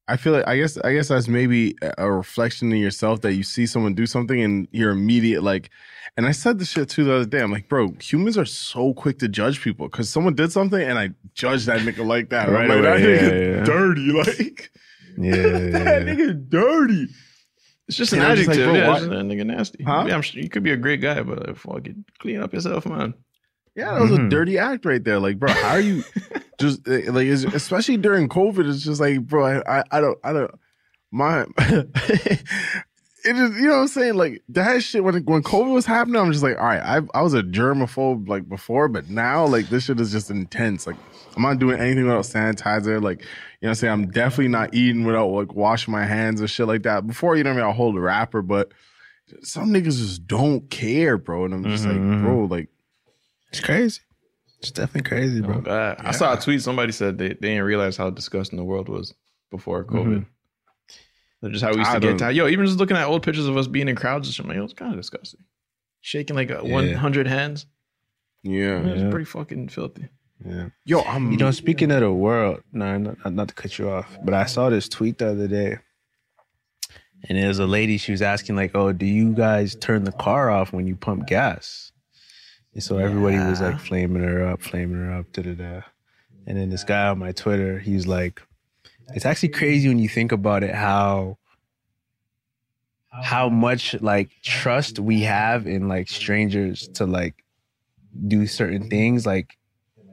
Speaker 4: i feel like i guess i guess that's maybe a- a reflection in yourself that you see someone do something and your immediate like and i said this shit too the other day i'm like bro humans are so quick to judge people because someone did something and i judged that nigga like that right like,
Speaker 5: Right
Speaker 4: that
Speaker 5: away, yeah,
Speaker 4: nigga
Speaker 5: yeah.
Speaker 4: dirty like that
Speaker 5: yeah.
Speaker 4: nigga dirty
Speaker 3: It's just
Speaker 4: You
Speaker 3: an
Speaker 4: know, just
Speaker 3: adjective.
Speaker 4: like, bro,
Speaker 3: yeah,
Speaker 4: why-
Speaker 3: it's just that nigga nasty.
Speaker 4: Huh?
Speaker 3: Yeah, I'm sure you could be a great guy, but if I could clean up yourself, man.
Speaker 4: yeah that was a
Speaker 5: Mhm.
Speaker 4: dirty act right there like bro how are you just uh, like it's- especially during covid it's just like bro i i, I don't i don't my it is you know what I'm saying like that shit when when COVID was happening I'm just like all right I I was a germaphobe like before but now like this shit is just intense like I'm not doing anything without sanitizer like you know what I'm saying I'm definitely not eating without like washing my hands or shit like that before you know what I mean I'll hold a wrapper but some niggas just don't care bro and I'm just like
Speaker 5: Mhm,
Speaker 4: bro like
Speaker 5: It's crazy. It's definitely crazy,
Speaker 3: Oh,
Speaker 5: bro.
Speaker 3: God. I saw a tweet. Somebody said they, they didn't realize how disgusting the world was before
Speaker 5: Mm-hmm.
Speaker 3: COVID. That's Just how we used
Speaker 4: I
Speaker 3: to get
Speaker 4: don't-
Speaker 3: down. Yo, even just looking at old pictures of us being in crowds and shit, man, it was kind of disgusting. Shaking like a
Speaker 5: Yeah.
Speaker 3: 100 hands.
Speaker 4: yeah
Speaker 3: It was
Speaker 5: Yeah.
Speaker 3: pretty fucking filthy.
Speaker 5: Yeah.
Speaker 4: yo I'm
Speaker 5: You know, speaking of the world, no, not, not to cut you off, but I saw this tweet the other day, and it was a lady. She was asking like, "Oh, do you guys turn the car off when you pump gas?" And so everybody was like flaming her up, flaming her up, da da da. And then this guy on my Twitter, he's like, "It's actually crazy when you think about it how." how much like trust we have in like strangers to like do certain things like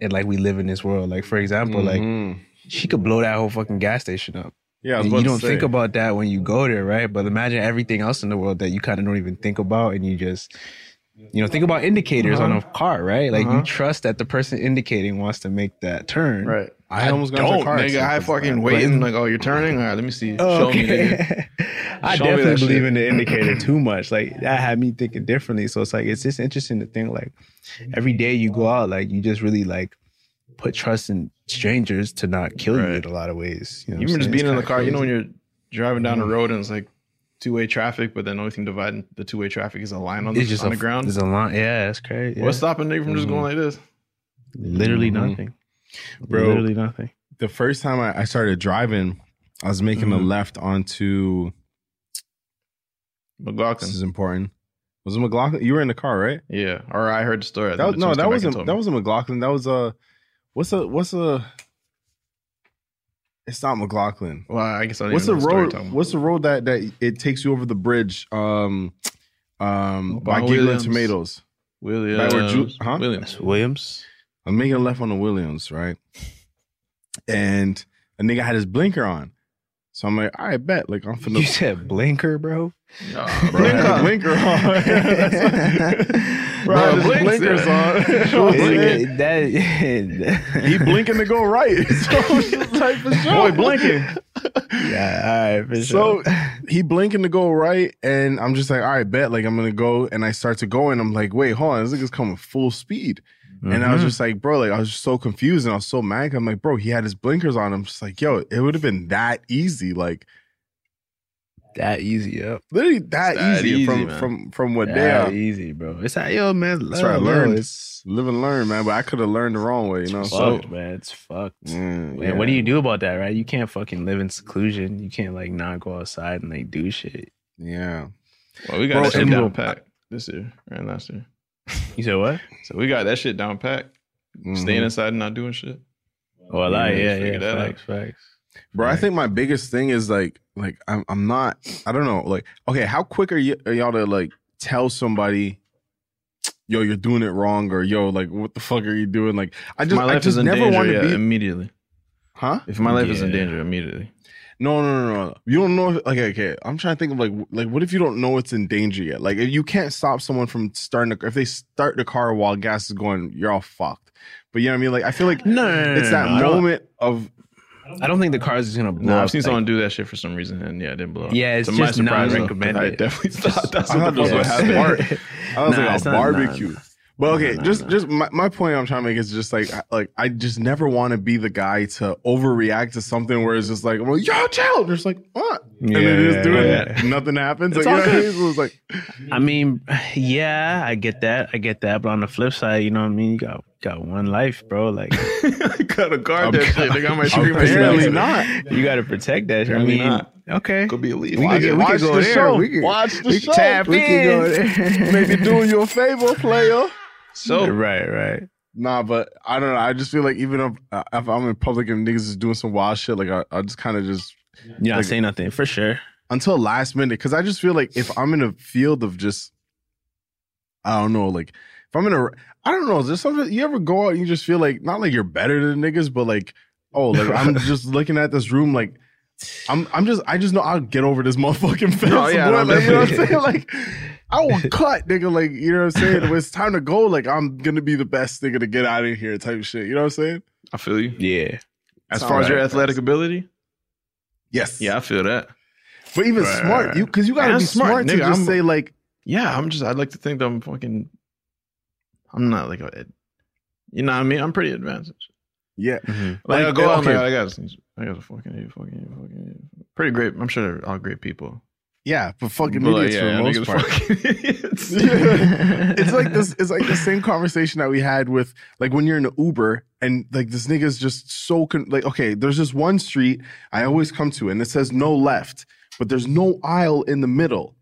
Speaker 5: and like we live in this world like for example like
Speaker 4: Mhm.
Speaker 5: she could blow that whole fucking gas station up
Speaker 4: yeah I was
Speaker 5: and
Speaker 4: about
Speaker 5: you
Speaker 4: to
Speaker 5: don't
Speaker 4: say.
Speaker 5: think about that when you go there right but imagine everything else in the world that you kind of don't even think about and you just you know think about indicators on
Speaker 4: Mm-hmm.
Speaker 5: a car right like you trust that the person indicating wants to make that turn
Speaker 3: Right.
Speaker 4: I almost got into a
Speaker 3: don't,
Speaker 4: car
Speaker 3: nigga.
Speaker 4: accident
Speaker 3: I
Speaker 4: 'cause of
Speaker 3: fucking
Speaker 4: that.
Speaker 3: waiting. Like, oh, you're turning. All right, let me see. Show me. nigga.
Speaker 5: Okay. I
Speaker 3: Show me
Speaker 5: definitely
Speaker 3: that shit.
Speaker 5: believe in the indicator too much. Like that had me thinking differently. So it's like it's just interesting to think like every day you go out, like you just really like put trust in strangers to not kill you in a lot of ways. You know what
Speaker 3: Even
Speaker 5: I'm
Speaker 3: just
Speaker 5: saying?
Speaker 3: being
Speaker 5: It's
Speaker 3: in the
Speaker 5: kinda
Speaker 3: car, you know, when
Speaker 5: crazy.
Speaker 3: you're driving down the road and it's like two way traffic, but then the only thing dividing the two way traffic is a line on the,
Speaker 5: it's just
Speaker 3: on
Speaker 5: a,
Speaker 3: the ground.
Speaker 5: There's a line. Yeah, that's crazy. Yeah.
Speaker 3: What's Mm-hmm. stopping nigga from just going like this?
Speaker 5: Literally
Speaker 4: Mhm.
Speaker 5: nothing.
Speaker 4: Bro.
Speaker 5: Literally nothing.
Speaker 4: the first time I, I started driving, I was making a
Speaker 5: Mhm.
Speaker 4: left onto this
Speaker 3: McLaughlin.
Speaker 4: is important. Was it McLaughlin? You were in the car, right?
Speaker 3: Yeah. Or I heard the story. I
Speaker 4: That,
Speaker 3: think
Speaker 4: no,
Speaker 3: the
Speaker 4: that
Speaker 3: twins
Speaker 4: wasn't
Speaker 3: came back
Speaker 4: that
Speaker 3: and told
Speaker 4: wasn't McLaughlin. That was a what's a what's a it's not McLaughlin.
Speaker 3: me. Well, I guess I didn't
Speaker 4: What's the
Speaker 3: even know story
Speaker 4: road?
Speaker 3: you're talking
Speaker 4: What's the road that that it takes you over the bridge? Um, um,
Speaker 3: By
Speaker 4: by Giggling
Speaker 3: Oh, Williams.
Speaker 4: Tomatoes.
Speaker 3: about. Williams.
Speaker 4: That were Ju- huh?
Speaker 3: Williams.
Speaker 5: Williams.
Speaker 4: I'm making a left on the Williams, right? And a nigga had his blinker on, so I'm like, all right, bet. Like I'm
Speaker 5: You
Speaker 4: finna
Speaker 5: said blinker, bro.
Speaker 3: Nah,
Speaker 4: bro, I had the
Speaker 3: bro.
Speaker 4: blinker on. Bro,
Speaker 3: Bro,
Speaker 4: I had his
Speaker 3: blinks,
Speaker 4: blinkers
Speaker 3: yeah.
Speaker 4: on.
Speaker 5: It- it- that,
Speaker 4: he blinking to go right. So I'm just like, for sure.
Speaker 3: Boy, blinking.
Speaker 5: Yeah, all right, for
Speaker 4: So
Speaker 5: sure.
Speaker 4: he blinking to go right, and I'm just like, all right, bet. Like I'm gonna go, and I start to go, and I'm like, wait, hold on, this nigga's coming full speed, and I was just like, bro, like I was just so confused, and I was so mad. I'm like, bro, he had his blinkers on. I'm just like, yo, it would have been that easy, like
Speaker 5: that easy up.
Speaker 4: literally that,
Speaker 3: That
Speaker 4: easy,
Speaker 3: easy,
Speaker 4: from
Speaker 3: man.
Speaker 4: from from what they
Speaker 5: Yeah,
Speaker 4: are.
Speaker 5: easy, bro. It's like, yo, man.
Speaker 4: That's what I
Speaker 5: love,
Speaker 4: learned.
Speaker 5: Yo, it's
Speaker 4: Live and learn, man. But I could have learned the wrong way, you know.
Speaker 5: fucked, man. It's fucked.
Speaker 4: Mm,
Speaker 5: Man, what do you do about that, right? You can't fucking live in seclusion. You can't like not go outside and like do shit.
Speaker 4: Yeah.
Speaker 3: Well, we
Speaker 4: Bro,
Speaker 3: got that shit
Speaker 4: and-
Speaker 3: down pat this year and last year.
Speaker 5: You said what?
Speaker 3: So we got that shit down pat.
Speaker 4: Mm-hmm.
Speaker 3: Staying inside and not doing shit.
Speaker 5: Well, Oh, I
Speaker 3: Yeah,
Speaker 5: yeah,
Speaker 3: figure
Speaker 5: yeah,
Speaker 3: that out.
Speaker 5: facts, facts.
Speaker 4: Bro, I
Speaker 5: Right.
Speaker 4: think my biggest thing is like, like I'm, I'm not, I don't know, like, okay, how quick are, y- are y'all to like tell somebody, yo, you're doing it wrong, or yo, like, what the fuck are you doing? Like, I just,
Speaker 3: my life
Speaker 4: I just
Speaker 3: is in
Speaker 4: never
Speaker 3: danger
Speaker 4: want to
Speaker 3: yeah,
Speaker 4: be,
Speaker 3: immediately.
Speaker 4: huh?
Speaker 3: If my life is in
Speaker 5: Yeah.
Speaker 3: danger immediately.
Speaker 4: No, no, no, no. You don't know. If, okay, okay. I'm trying to think of like, w- like, what if you don't know it's in danger yet? Like, if you can't stop someone from starting, the, if they start the car while gas is going, you're all fucked. But you know what I mean? Like, I feel like
Speaker 5: No, no, no,
Speaker 4: it's
Speaker 5: no, no, I
Speaker 4: that
Speaker 5: don't-
Speaker 4: moment of
Speaker 5: I don't think the car's is gonna blow.
Speaker 3: No,
Speaker 5: up,
Speaker 3: I've seen
Speaker 5: like-
Speaker 3: someone do that shit for some reason, and yeah, it didn't blow up.
Speaker 5: Yeah, it's
Speaker 3: To my
Speaker 5: just not
Speaker 3: surprise, though,
Speaker 5: recommended.
Speaker 3: I definitely thought that's
Speaker 4: I
Speaker 3: what
Speaker 4: thought
Speaker 3: the fuck
Speaker 4: it
Speaker 3: would
Speaker 4: was
Speaker 3: happen.
Speaker 4: smart. I was
Speaker 5: Nah,
Speaker 4: like
Speaker 5: it's
Speaker 4: a
Speaker 5: not- nah,
Speaker 4: barbecue.
Speaker 5: nah.
Speaker 4: But okay, just just my, my point I'm trying to make is just like I- like I just never want to be the guy to overreact to something where it's just like, well, yo, child, and it's like what, and
Speaker 5: Yeah,
Speaker 4: then they
Speaker 5: yeah,
Speaker 4: just do it,
Speaker 5: yeah.
Speaker 4: and nothing happens.
Speaker 5: It's
Speaker 4: like, you know what
Speaker 5: all
Speaker 4: I
Speaker 5: good.
Speaker 4: mean? So it's like
Speaker 5: I mean, yeah, I get that. I get that. But on the flip side, you know what I mean? You got got one life, bro. Like
Speaker 3: Gotta guard that shit. They got my stream
Speaker 4: apparently not.
Speaker 5: you gotta protect that. I
Speaker 3: Apparently
Speaker 5: mean
Speaker 3: not.
Speaker 5: okay.
Speaker 3: Could be illegal.
Speaker 5: We could, get- we could
Speaker 4: Watch
Speaker 5: go
Speaker 4: the
Speaker 5: there.
Speaker 4: show.
Speaker 5: We could
Speaker 4: Watch the
Speaker 5: we could
Speaker 4: show.
Speaker 5: Tap
Speaker 4: We
Speaker 5: in.
Speaker 4: could go maybe doing you a favor, player.
Speaker 3: So
Speaker 5: right, right.
Speaker 4: Nah, but I don't know. I just feel like even if, uh, if I'm in public and niggas is doing some wild shit, like I, I just kind of just
Speaker 5: You're not
Speaker 4: Like-
Speaker 5: saying nothing for sure.
Speaker 4: until last minute because I just feel like if I'm in a field of just I don't know, like if I'm in a I don't know, is there something you ever go out and you just feel like not like you're better than niggas, but like oh like I'm just looking at this room like I'm I'm just I just know I'll get over this motherfucking fence.
Speaker 3: No, Oh, yeah,
Speaker 4: boy,
Speaker 3: no,
Speaker 4: like, you know what I'm
Speaker 3: definitely.
Speaker 4: saying? Like I will cut, nigga. Like you know what I'm saying? When it's time to go, like I'm gonna be the best nigga to get out of here, type of shit. You know what I'm saying?
Speaker 3: I feel you.
Speaker 5: Yeah.
Speaker 3: As far as your
Speaker 4: Alright.
Speaker 3: athletic ability,
Speaker 4: Yes.
Speaker 3: yeah, I feel that.
Speaker 4: But even
Speaker 5: Right,
Speaker 4: smart,
Speaker 5: right,
Speaker 4: you because you gotta
Speaker 3: Yeah,
Speaker 4: be
Speaker 3: smart,
Speaker 4: smart, to
Speaker 3: nigga,
Speaker 4: just
Speaker 3: I'm-
Speaker 4: say like
Speaker 3: Yeah, I'm just. I'd like to think that I'm fucking. I'm not like a. You know what I mean? I'm pretty advanced.
Speaker 4: yeah.
Speaker 3: Like,
Speaker 4: Like,
Speaker 3: I go out
Speaker 4: okay.
Speaker 3: there, I got, I got a fucking, idiot, fucking, idiot, fucking, idiot. pretty great. I'm sure they're all great people.
Speaker 4: Yeah, but fucking
Speaker 3: But, like,
Speaker 4: idiots
Speaker 3: yeah,
Speaker 4: for the
Speaker 3: niggas
Speaker 4: most part.
Speaker 3: fucking idiots.
Speaker 4: it's like this. It's like the same conversation that we had with like when you're in an Uber and like this nigga's just so con- like okay. There's this one street I always come to and it says no left, but there's no aisle in the middle.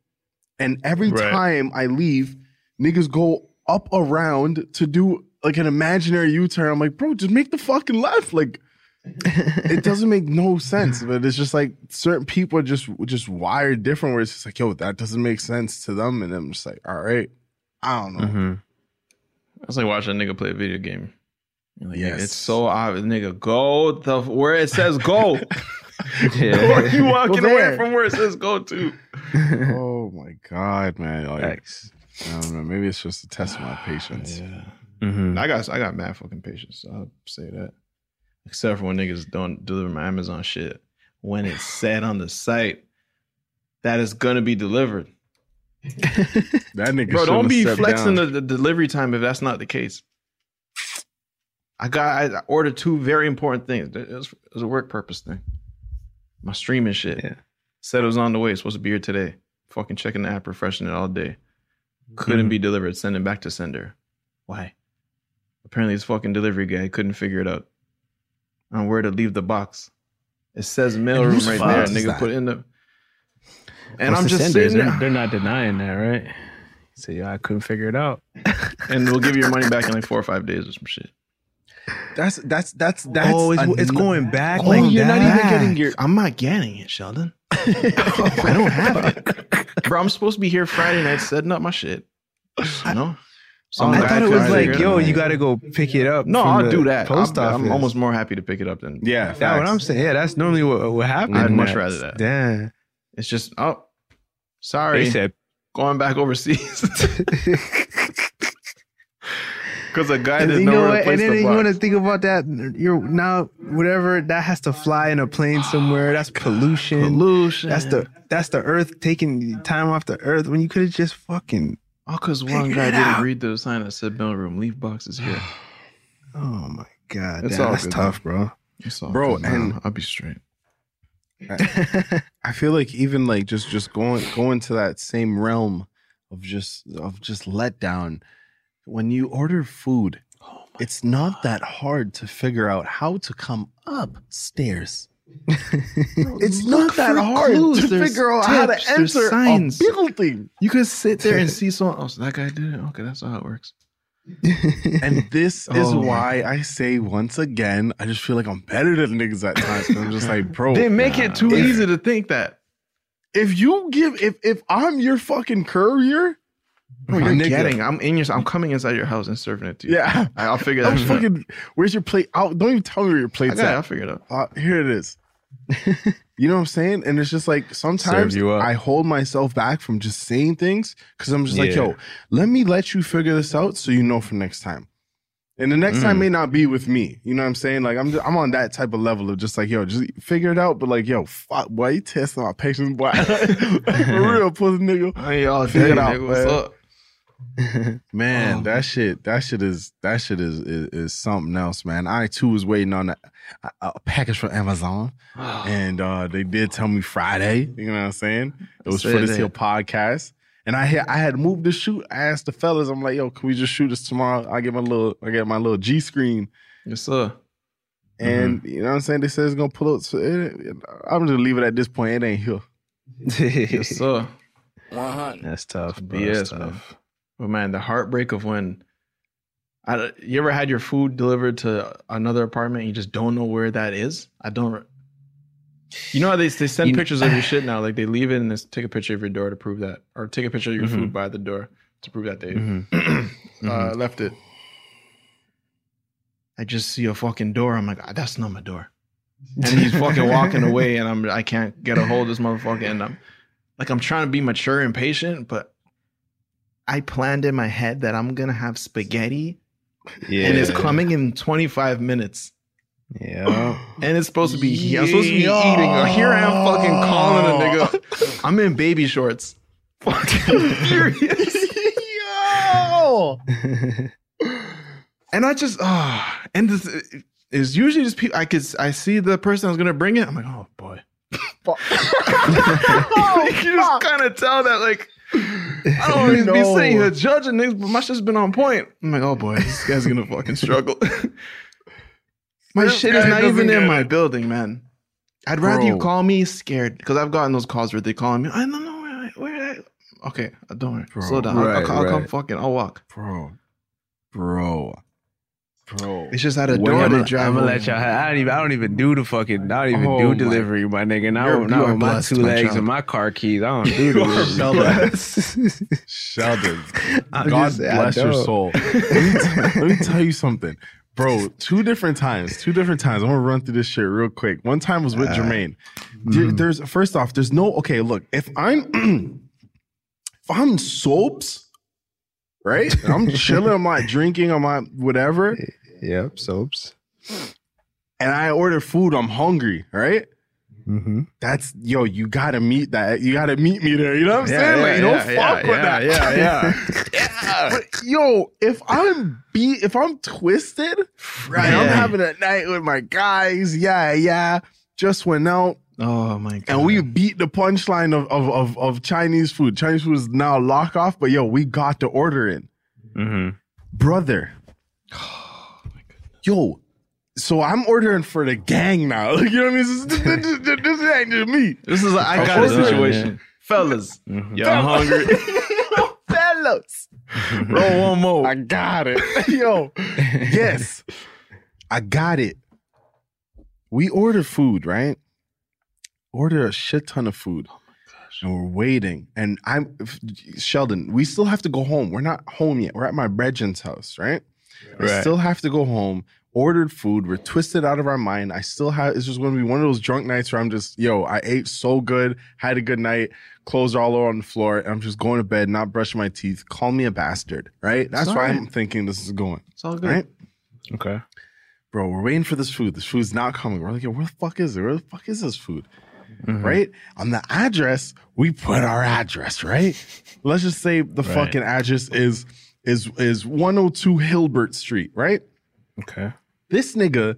Speaker 4: And every
Speaker 5: Right.
Speaker 4: time I leave, niggas go up around to do like an imaginary U-turn. I'm like, bro, just make the fucking left. Like, it doesn't make no sense. But it's just like certain people are just just wired different. Where it's just like, yo, that doesn't make sense to them. And I'm just like, all right, I don't know.
Speaker 5: Mm-hmm.
Speaker 3: It's like watching a nigga play a video game. You're Like,
Speaker 4: Yes.
Speaker 3: It's so obvious. Nigga, go the where it says go.
Speaker 5: Yeah.
Speaker 3: Where you walking away
Speaker 4: there.
Speaker 3: from where it says go to?
Speaker 4: Oh my god, man! Like,
Speaker 5: Facts.
Speaker 4: I don't know. Maybe it's just a test of my patience.
Speaker 3: Yeah.
Speaker 5: Mhm.
Speaker 3: I got I got mad fucking patience. So I'll say that. Except for when niggas don't deliver my Amazon shit. When it's said on the site that it's gonna be delivered.
Speaker 4: That nigga,
Speaker 3: Bro, don't
Speaker 4: shouldn't
Speaker 3: be
Speaker 4: have stepped
Speaker 3: flexing the,
Speaker 4: down.
Speaker 3: the delivery time if that's not the case. I got I I ordered two very important things. It was, it was a work purpose thing. My streaming shit.
Speaker 5: Yeah.
Speaker 3: Said it was on the way. It's supposed to be here today. Fucking checking the app, refreshing it all day. Couldn't
Speaker 4: Mm-hmm.
Speaker 3: be delivered. Send it back to sender. Why? Apparently, this fucking delivery guy couldn't figure it out on where to leave the box. It says mailroom
Speaker 4: whose
Speaker 3: right
Speaker 4: fault
Speaker 3: there.
Speaker 4: is
Speaker 3: Nigga
Speaker 4: that?
Speaker 3: put it in the. And
Speaker 5: What's
Speaker 3: I'm
Speaker 5: the
Speaker 3: just
Speaker 5: sender?
Speaker 3: sitting there.
Speaker 5: They're, they're not denying that, right? So yeah, I couldn't figure it out.
Speaker 3: and we'll give you your money back in like four or five days or some shit.
Speaker 4: That's that's that's that's.
Speaker 5: Oh,
Speaker 4: an-
Speaker 5: back.
Speaker 4: Oh, like you're not even that.
Speaker 3: getting your. I'm not getting it, Sheldon. I don't have it, bro. I'm supposed to be here Friday night setting up my shit. No, Some
Speaker 5: Oh, I
Speaker 3: guy
Speaker 5: thought it was
Speaker 3: couldn't
Speaker 5: like,
Speaker 3: figure out.
Speaker 5: yo, you gotta go pick it up.
Speaker 3: No,
Speaker 5: from
Speaker 3: I'll
Speaker 5: the
Speaker 3: do that.
Speaker 5: Post
Speaker 3: I'm,
Speaker 5: office.
Speaker 3: I'm almost more happy to pick it up than.
Speaker 4: Yeah,
Speaker 5: That's what
Speaker 4: facts.
Speaker 5: I'm saying. Yeah, that's normally what what happened.
Speaker 3: I'd much
Speaker 5: That's-
Speaker 3: rather that.
Speaker 5: Damn.
Speaker 3: It's just oh,
Speaker 5: They
Speaker 3: sorry,
Speaker 5: said
Speaker 3: going back overseas because a guy
Speaker 5: And
Speaker 3: didn't
Speaker 5: you
Speaker 3: know,
Speaker 5: know
Speaker 3: where to
Speaker 5: what?
Speaker 3: place
Speaker 5: And then
Speaker 3: the
Speaker 5: you
Speaker 3: box.
Speaker 5: want to think about that. You're now whatever that has to fly in a plane somewhere. That's pollution.
Speaker 3: Pollution.
Speaker 5: That's the that's the earth taking time off the earth when you could have just fucking.
Speaker 3: all because one
Speaker 5: Figure
Speaker 3: guy
Speaker 5: it
Speaker 3: didn't
Speaker 5: out.
Speaker 3: read the sign that said mail room. Leave boxes here.
Speaker 5: Oh my god,
Speaker 3: It's
Speaker 5: damn,
Speaker 3: all
Speaker 5: that's
Speaker 3: good,
Speaker 5: tough, bro.
Speaker 3: It's all
Speaker 4: Bro,
Speaker 3: good, man.
Speaker 4: and-
Speaker 3: I'll be straight.
Speaker 4: I feel like even like just just going going to that same realm of just of just letdown. When you order food,
Speaker 3: Oh
Speaker 4: it's not that hard to figure out how to come upstairs. it's not that hard
Speaker 3: clues.
Speaker 4: to
Speaker 3: There's
Speaker 4: figure out how to
Speaker 3: tips. There's
Speaker 4: enter
Speaker 3: signs.
Speaker 4: a building.
Speaker 3: You could sit there and see someone. Oh, so that guy did it. Okay, that's how it works.
Speaker 4: And this is
Speaker 3: Oh.
Speaker 4: why I say once again, I just feel like I'm better than niggas at times. 'cause I'm just like, bro,
Speaker 3: They make it too
Speaker 4: Oh, If-
Speaker 3: easy to think that.
Speaker 4: If you give, if if I'm your fucking courier,
Speaker 3: I'm
Speaker 4: you're nigga.
Speaker 3: getting. I'm in your. I'm coming inside your house and serving it to you.
Speaker 4: yeah.
Speaker 3: I, I'll figure
Speaker 4: I'm
Speaker 3: that. shit out.
Speaker 4: fucking. Where's your plate? Oh, don't even tell me where your
Speaker 3: I
Speaker 4: plate's
Speaker 3: got it. I'll
Speaker 4: at.
Speaker 3: figure it out.
Speaker 4: Uh, here it is. you know what I'm saying? And it's just like sometimes
Speaker 5: you up.
Speaker 4: I hold myself back from just saying things because I'm just like,
Speaker 5: Yeah.
Speaker 4: yo, let me let you figure this out so you know for next time. And the next time may not be with me. You know what I'm saying? Like I'm, just, I'm on that type of level of just like, yo, just figure it out. But like, yo, fuck, boy, you testing my patience, boy. For real, pussy nigga.
Speaker 3: Hey, y'all,
Speaker 4: Figure it
Speaker 3: hey,
Speaker 4: out,
Speaker 3: nigga, what's
Speaker 4: man.
Speaker 3: up? Um,
Speaker 4: man, that shit, that shit is that shit is, is is something else, man. I too was waiting on a, a- a package from Amazon,
Speaker 3: Ah.
Speaker 4: and uh they did tell me Friday. You know what I'm saying? It was for
Speaker 3: Say
Speaker 4: this
Speaker 3: that.
Speaker 4: here podcast, and I had I had moved the shoot. I asked the fellas, I'm like, yo, can we just shoot this tomorrow? I get my little, I get my little G screen,
Speaker 3: Yes, sir. Mm-hmm.
Speaker 4: and you know what I'm saying? They said it's gonna pull up. So it, I'm just gonna leave it at this point. It ain't here.
Speaker 3: Yes, sir.
Speaker 5: That's tough, bro.
Speaker 3: BS,
Speaker 5: That's tough.
Speaker 3: bro. But man, the heartbreak of when I you ever had your food delivered to another apartment and you just don't know where that is? I don't. You know how they they send
Speaker 5: You-
Speaker 3: pictures of your shit now? Like they leave it and just take a picture of your door to prove that, or take a picture of your
Speaker 5: Mm-hmm.
Speaker 3: food by the door to prove that they uh, left it. I just see a fucking door. I'm like, "Ah, that's not my door. And he's fucking walking away, and I'm I can't get a hold of this motherfucker. And I'm like, I'm trying to be mature and patient, but I planned in my head that I'm gonna have spaghetti,
Speaker 5: Yeah.
Speaker 3: and it's coming in 25 minutes,
Speaker 5: Yeah.
Speaker 3: and it's supposed to be here. I'm supposed to be eating, or here I am fucking calling a nigga. I'm in baby shorts. Fucking furious. Yo. and I just ah, and this is usually just people. I could I see the person I was gonna bring it. I'm like, oh boy.
Speaker 4: Oh,
Speaker 3: you can just kind of tell that like I don't always be sitting here judging niggas, but my shit's been on point. I'm like, oh boy, this guy's gonna fucking struggle. my
Speaker 4: This
Speaker 3: shit is
Speaker 4: guy
Speaker 3: not
Speaker 4: doesn't
Speaker 3: even
Speaker 4: get
Speaker 3: in my
Speaker 4: it.
Speaker 3: building, man. I'd rather you
Speaker 4: Bro.
Speaker 3: call me scared because I've gotten those calls where they call me. I don't know where. I, where I, okay, uh, don't worry.
Speaker 4: Bro.
Speaker 3: Slow down. I'll- I'll,
Speaker 5: Right,
Speaker 3: co- I'll come
Speaker 5: right.
Speaker 3: fucking. I'll walk.
Speaker 4: bro, bro, bro.
Speaker 3: It's just out of
Speaker 5: Wait,
Speaker 3: door.
Speaker 5: I'm
Speaker 3: They
Speaker 5: gonna, I'm
Speaker 3: drive.
Speaker 5: gonna
Speaker 3: over.
Speaker 5: let y'all. Have, I don't even. I don't even do the fucking. I don't even
Speaker 4: Oh
Speaker 5: do
Speaker 4: my-
Speaker 5: delivery, my nigga. Now,
Speaker 3: You're- you
Speaker 5: now
Speaker 3: are
Speaker 5: with my
Speaker 3: blessed,
Speaker 5: two
Speaker 3: my
Speaker 5: legs
Speaker 3: child.
Speaker 5: and my car keys, I don't do
Speaker 3: You are
Speaker 5: delivery.
Speaker 4: Sheldon,
Speaker 5: I'm
Speaker 4: God
Speaker 5: just- I
Speaker 4: bless your
Speaker 5: don't.
Speaker 4: soul. Let me, t- let me tell you something, bro. Two different times, two different times. I'm gonna run through this shit real quick. One time was
Speaker 5: Uh,
Speaker 4: with Jermaine.
Speaker 5: hmm.
Speaker 4: There- there's first off, there's no okay. Look, if I'm if I'm sobs, right? And I'm chilling. I'm not drinking. I'm not whatever.
Speaker 5: Yep, soaps.
Speaker 4: And I order food. I'm hungry. Right.
Speaker 5: Mm-hmm.
Speaker 4: That's yo. You gotta meet that. You gotta meet me there. You know what I'm saying? like, don't fuck with that.
Speaker 3: Yeah, yeah.
Speaker 4: But yo, if I'm beat, if I'm twisted, right? I'm
Speaker 3: Yeah.
Speaker 4: having a night with my guys. Yeah, yeah. Just went out
Speaker 3: oh my god.
Speaker 4: and we beat the punchline of of of, of Chinese food. Chinese food is now lock off, but yo, we got the order in,
Speaker 5: Mm-hmm.
Speaker 4: brother. Yo. So I'm ordering for the gang now. Like, you know what I mean? This, this, this, this, this ain't just me.
Speaker 3: This is an I got
Speaker 5: course
Speaker 3: it
Speaker 5: it is.
Speaker 3: situation, fellas.
Speaker 5: Mm-hmm.
Speaker 3: Yo, I'm hungry.
Speaker 4: Fellas.
Speaker 3: Roll one more.
Speaker 4: I got it. Yo, yes, I got it. We order food, right? Order a shit ton of food. And we're waiting. And I'm if- Sheldon, we still have to go home. We're not home yet. We're at my brethren's house, right? I
Speaker 5: Right.
Speaker 4: still have to go home. Ordered food. We're twisted out of our mind. I still have it's just gonna be one of those drunk nights where I'm just, yo, I ate so good, had a good night, clothes are all over on the floor, and I'm just going to bed, not brushing my teeth. Call me a bastard, right? That's why
Speaker 3: alright.
Speaker 4: I'm thinking this is going.
Speaker 3: It's all good.
Speaker 4: Right?
Speaker 5: Okay.
Speaker 4: Bro, we're waiting for this food. This food's not coming. We're like, yo, where the fuck is it? Where the fuck is this food?
Speaker 5: Mm-hmm.
Speaker 4: Right? On the address, we put our address, right? Let's just say the
Speaker 5: Right.
Speaker 4: fucking address is is is 102 Hilbert Street, right?
Speaker 5: Okay.
Speaker 4: this nigga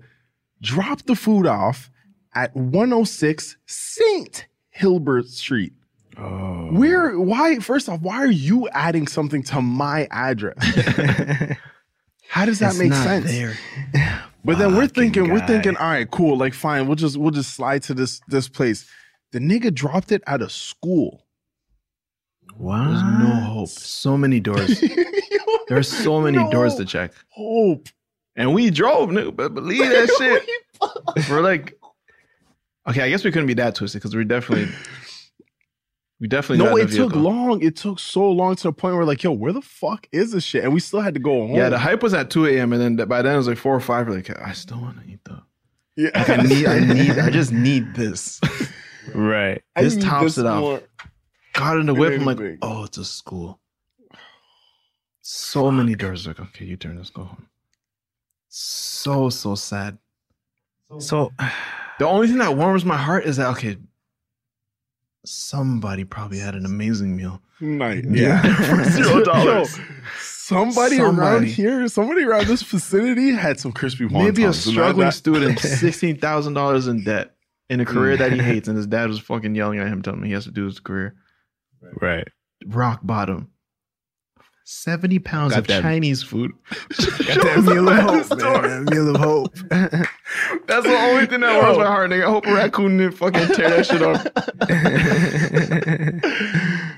Speaker 4: dropped the food off at 106 St. Hilbert Street.
Speaker 5: Oh.
Speaker 4: Where, why, first off, why are you adding something to my address? How does that make sense? But then we're
Speaker 5: Fucking
Speaker 4: thinking, we're
Speaker 5: guy.
Speaker 4: thinking, all right, cool, like fine, we'll just we'll just slide to this this place. The nigga dropped it at a school.
Speaker 5: Wow.
Speaker 3: There's no hope. So many doors. There are so many doors to check.
Speaker 4: hope.
Speaker 3: And we drove, nigga, but believe that shit. we're like, okay, I guess we couldn't be that twisted because we're definitely, we definitely
Speaker 4: No,
Speaker 3: got in
Speaker 4: it
Speaker 3: the
Speaker 4: took
Speaker 3: vehicle.
Speaker 4: long. It took so long to the point where like, yo, where the fuck is this shit? And we still had to go home.
Speaker 3: Yeah, the hype was at 2 a.m. and then th- by then it was like 4 or 5. We're like, I still want to eat though.
Speaker 4: yeah.
Speaker 3: Like, I need, I need, I just need this.
Speaker 5: Right.
Speaker 4: I
Speaker 3: This
Speaker 4: need
Speaker 3: tops it off.
Speaker 4: more.
Speaker 3: Got in the whip. I'm like,
Speaker 4: Anything.
Speaker 3: oh, it's a school. So many doors. Like, okay, you turn, let's go home. So, so sad.
Speaker 5: So
Speaker 3: The only thing that warms my heart is that okay, somebody probably had an amazing meal.
Speaker 4: Night.
Speaker 3: Yeah. For zero dollars.
Speaker 4: Yo, Somebody, around
Speaker 3: Somebody.
Speaker 4: here, somebody around this vicinity had some crispy wontons.
Speaker 3: Maybe a
Speaker 4: and
Speaker 3: struggling
Speaker 4: that-
Speaker 3: student, sixteen thousand dollars in debt, in a career that he hates, and his dad was fucking yelling at him, telling him he has to do his career.
Speaker 5: Right.
Speaker 3: Rock bottom. Seventy pounds
Speaker 5: Got
Speaker 3: of
Speaker 5: that-
Speaker 3: Chinese food.
Speaker 5: Got that meal of hope, man. That meal of hope.
Speaker 3: That's the only thing that warms my heart, nigga. I hope a raccoon didn't fucking tear that shit up.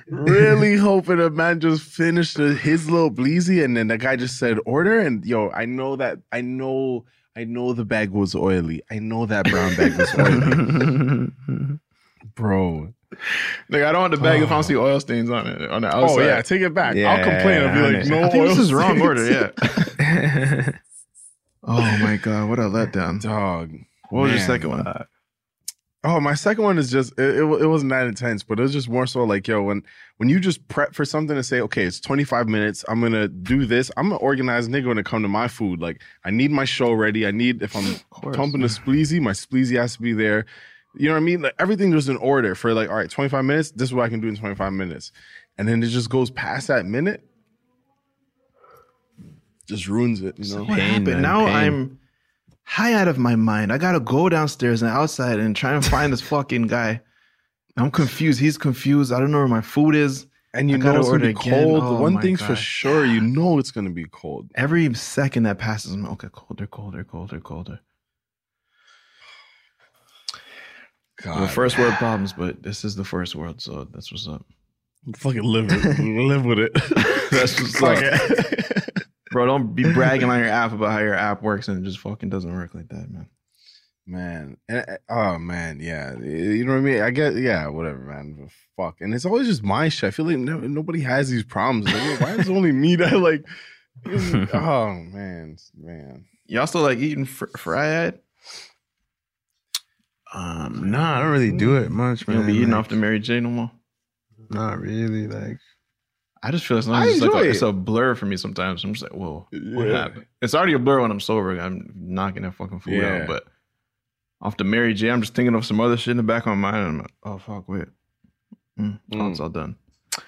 Speaker 4: really hoping a man just finished the- his little bleezy and then the guy just said order and yo i know that i know i know the bag was oily i know that brown bag was oily bro
Speaker 3: Nigga, I don't want the bag if I don't see oil stains on it on the
Speaker 4: oh
Speaker 3: outside.
Speaker 4: yeah take it back i'll
Speaker 5: Yeah,
Speaker 4: complain i'll be like
Speaker 5: honest.
Speaker 4: no
Speaker 3: I think this
Speaker 4: oil
Speaker 3: is wrong
Speaker 4: stains.
Speaker 3: order. Yeah. oh my god, what a letdown.
Speaker 4: dog
Speaker 3: What was your
Speaker 4: Man.
Speaker 3: second one?
Speaker 4: Oh, my second one is just it, it. wa- It wasn't that intense, but it was just more so like, yo, when when you just prep for something to say, okay, it's twenty five minutes. I'm gonna do this. I'm an organized nigga when it come to my food. Like, I need my show ready. I need if I'm
Speaker 3: course.
Speaker 4: pumping a spleezy, my spleezy has to be there. You know what I mean? Like everything was in order for like, all right, twenty five minutes. This is what I can do in twenty five minutes, and then it just goes past that minute, just ruins it. You know?
Speaker 3: What
Speaker 5: Pain,
Speaker 3: happened?
Speaker 5: man,
Speaker 3: now
Speaker 5: pain.
Speaker 3: I'm high out of my mind. I gotta go downstairs and outside and try and find this fucking guy. I'm confused. He's confused. I don't know where my food is.
Speaker 4: And you
Speaker 3: I
Speaker 4: know
Speaker 3: gotta
Speaker 4: it's gonna be
Speaker 3: order again.
Speaker 4: cold.
Speaker 3: Oh,
Speaker 4: One
Speaker 3: my
Speaker 4: thing's for
Speaker 3: God.
Speaker 4: sure, you know it's gonna be cold.
Speaker 3: Every second that passes, I'm like, okay, colder, colder, colder, colder. The first world problems, but this is the first world, so that's what's up.
Speaker 4: Fucking live it. live with it.
Speaker 3: That's what's
Speaker 4: Fuck
Speaker 3: up.
Speaker 4: it.
Speaker 3: Bro, don't be bragging on your app about how your app works and it just fucking doesn't work like that, man.
Speaker 4: man. And- Oh man, yeah. You know what I mean? I get yeah, whatever, man. But fuck. And it's always just my shit. I feel like no, nobody has these problems. Like, why is it only me that like oh man, man.
Speaker 3: Y'all still like eating fr- fried?
Speaker 5: Um, nah, I don't really do it much,
Speaker 3: You
Speaker 5: man.
Speaker 3: don't be eating
Speaker 5: Like,
Speaker 3: off the Mary J no more?
Speaker 5: Not really. Like,
Speaker 3: I just feel it's
Speaker 4: I
Speaker 3: not it's like
Speaker 4: enjoy
Speaker 3: a,
Speaker 4: it.
Speaker 3: it's a blur for me sometimes. I'm just like, whoa, what
Speaker 4: Yeah.
Speaker 3: happened? It's already a blur when I'm sober. I'm knocking that fucking food
Speaker 4: Yeah.
Speaker 3: out. But off the Mary J, I'm just thinking of some other shit in the back of my mind. And I'm like, oh fuck, wait, mm, oh, it's all done.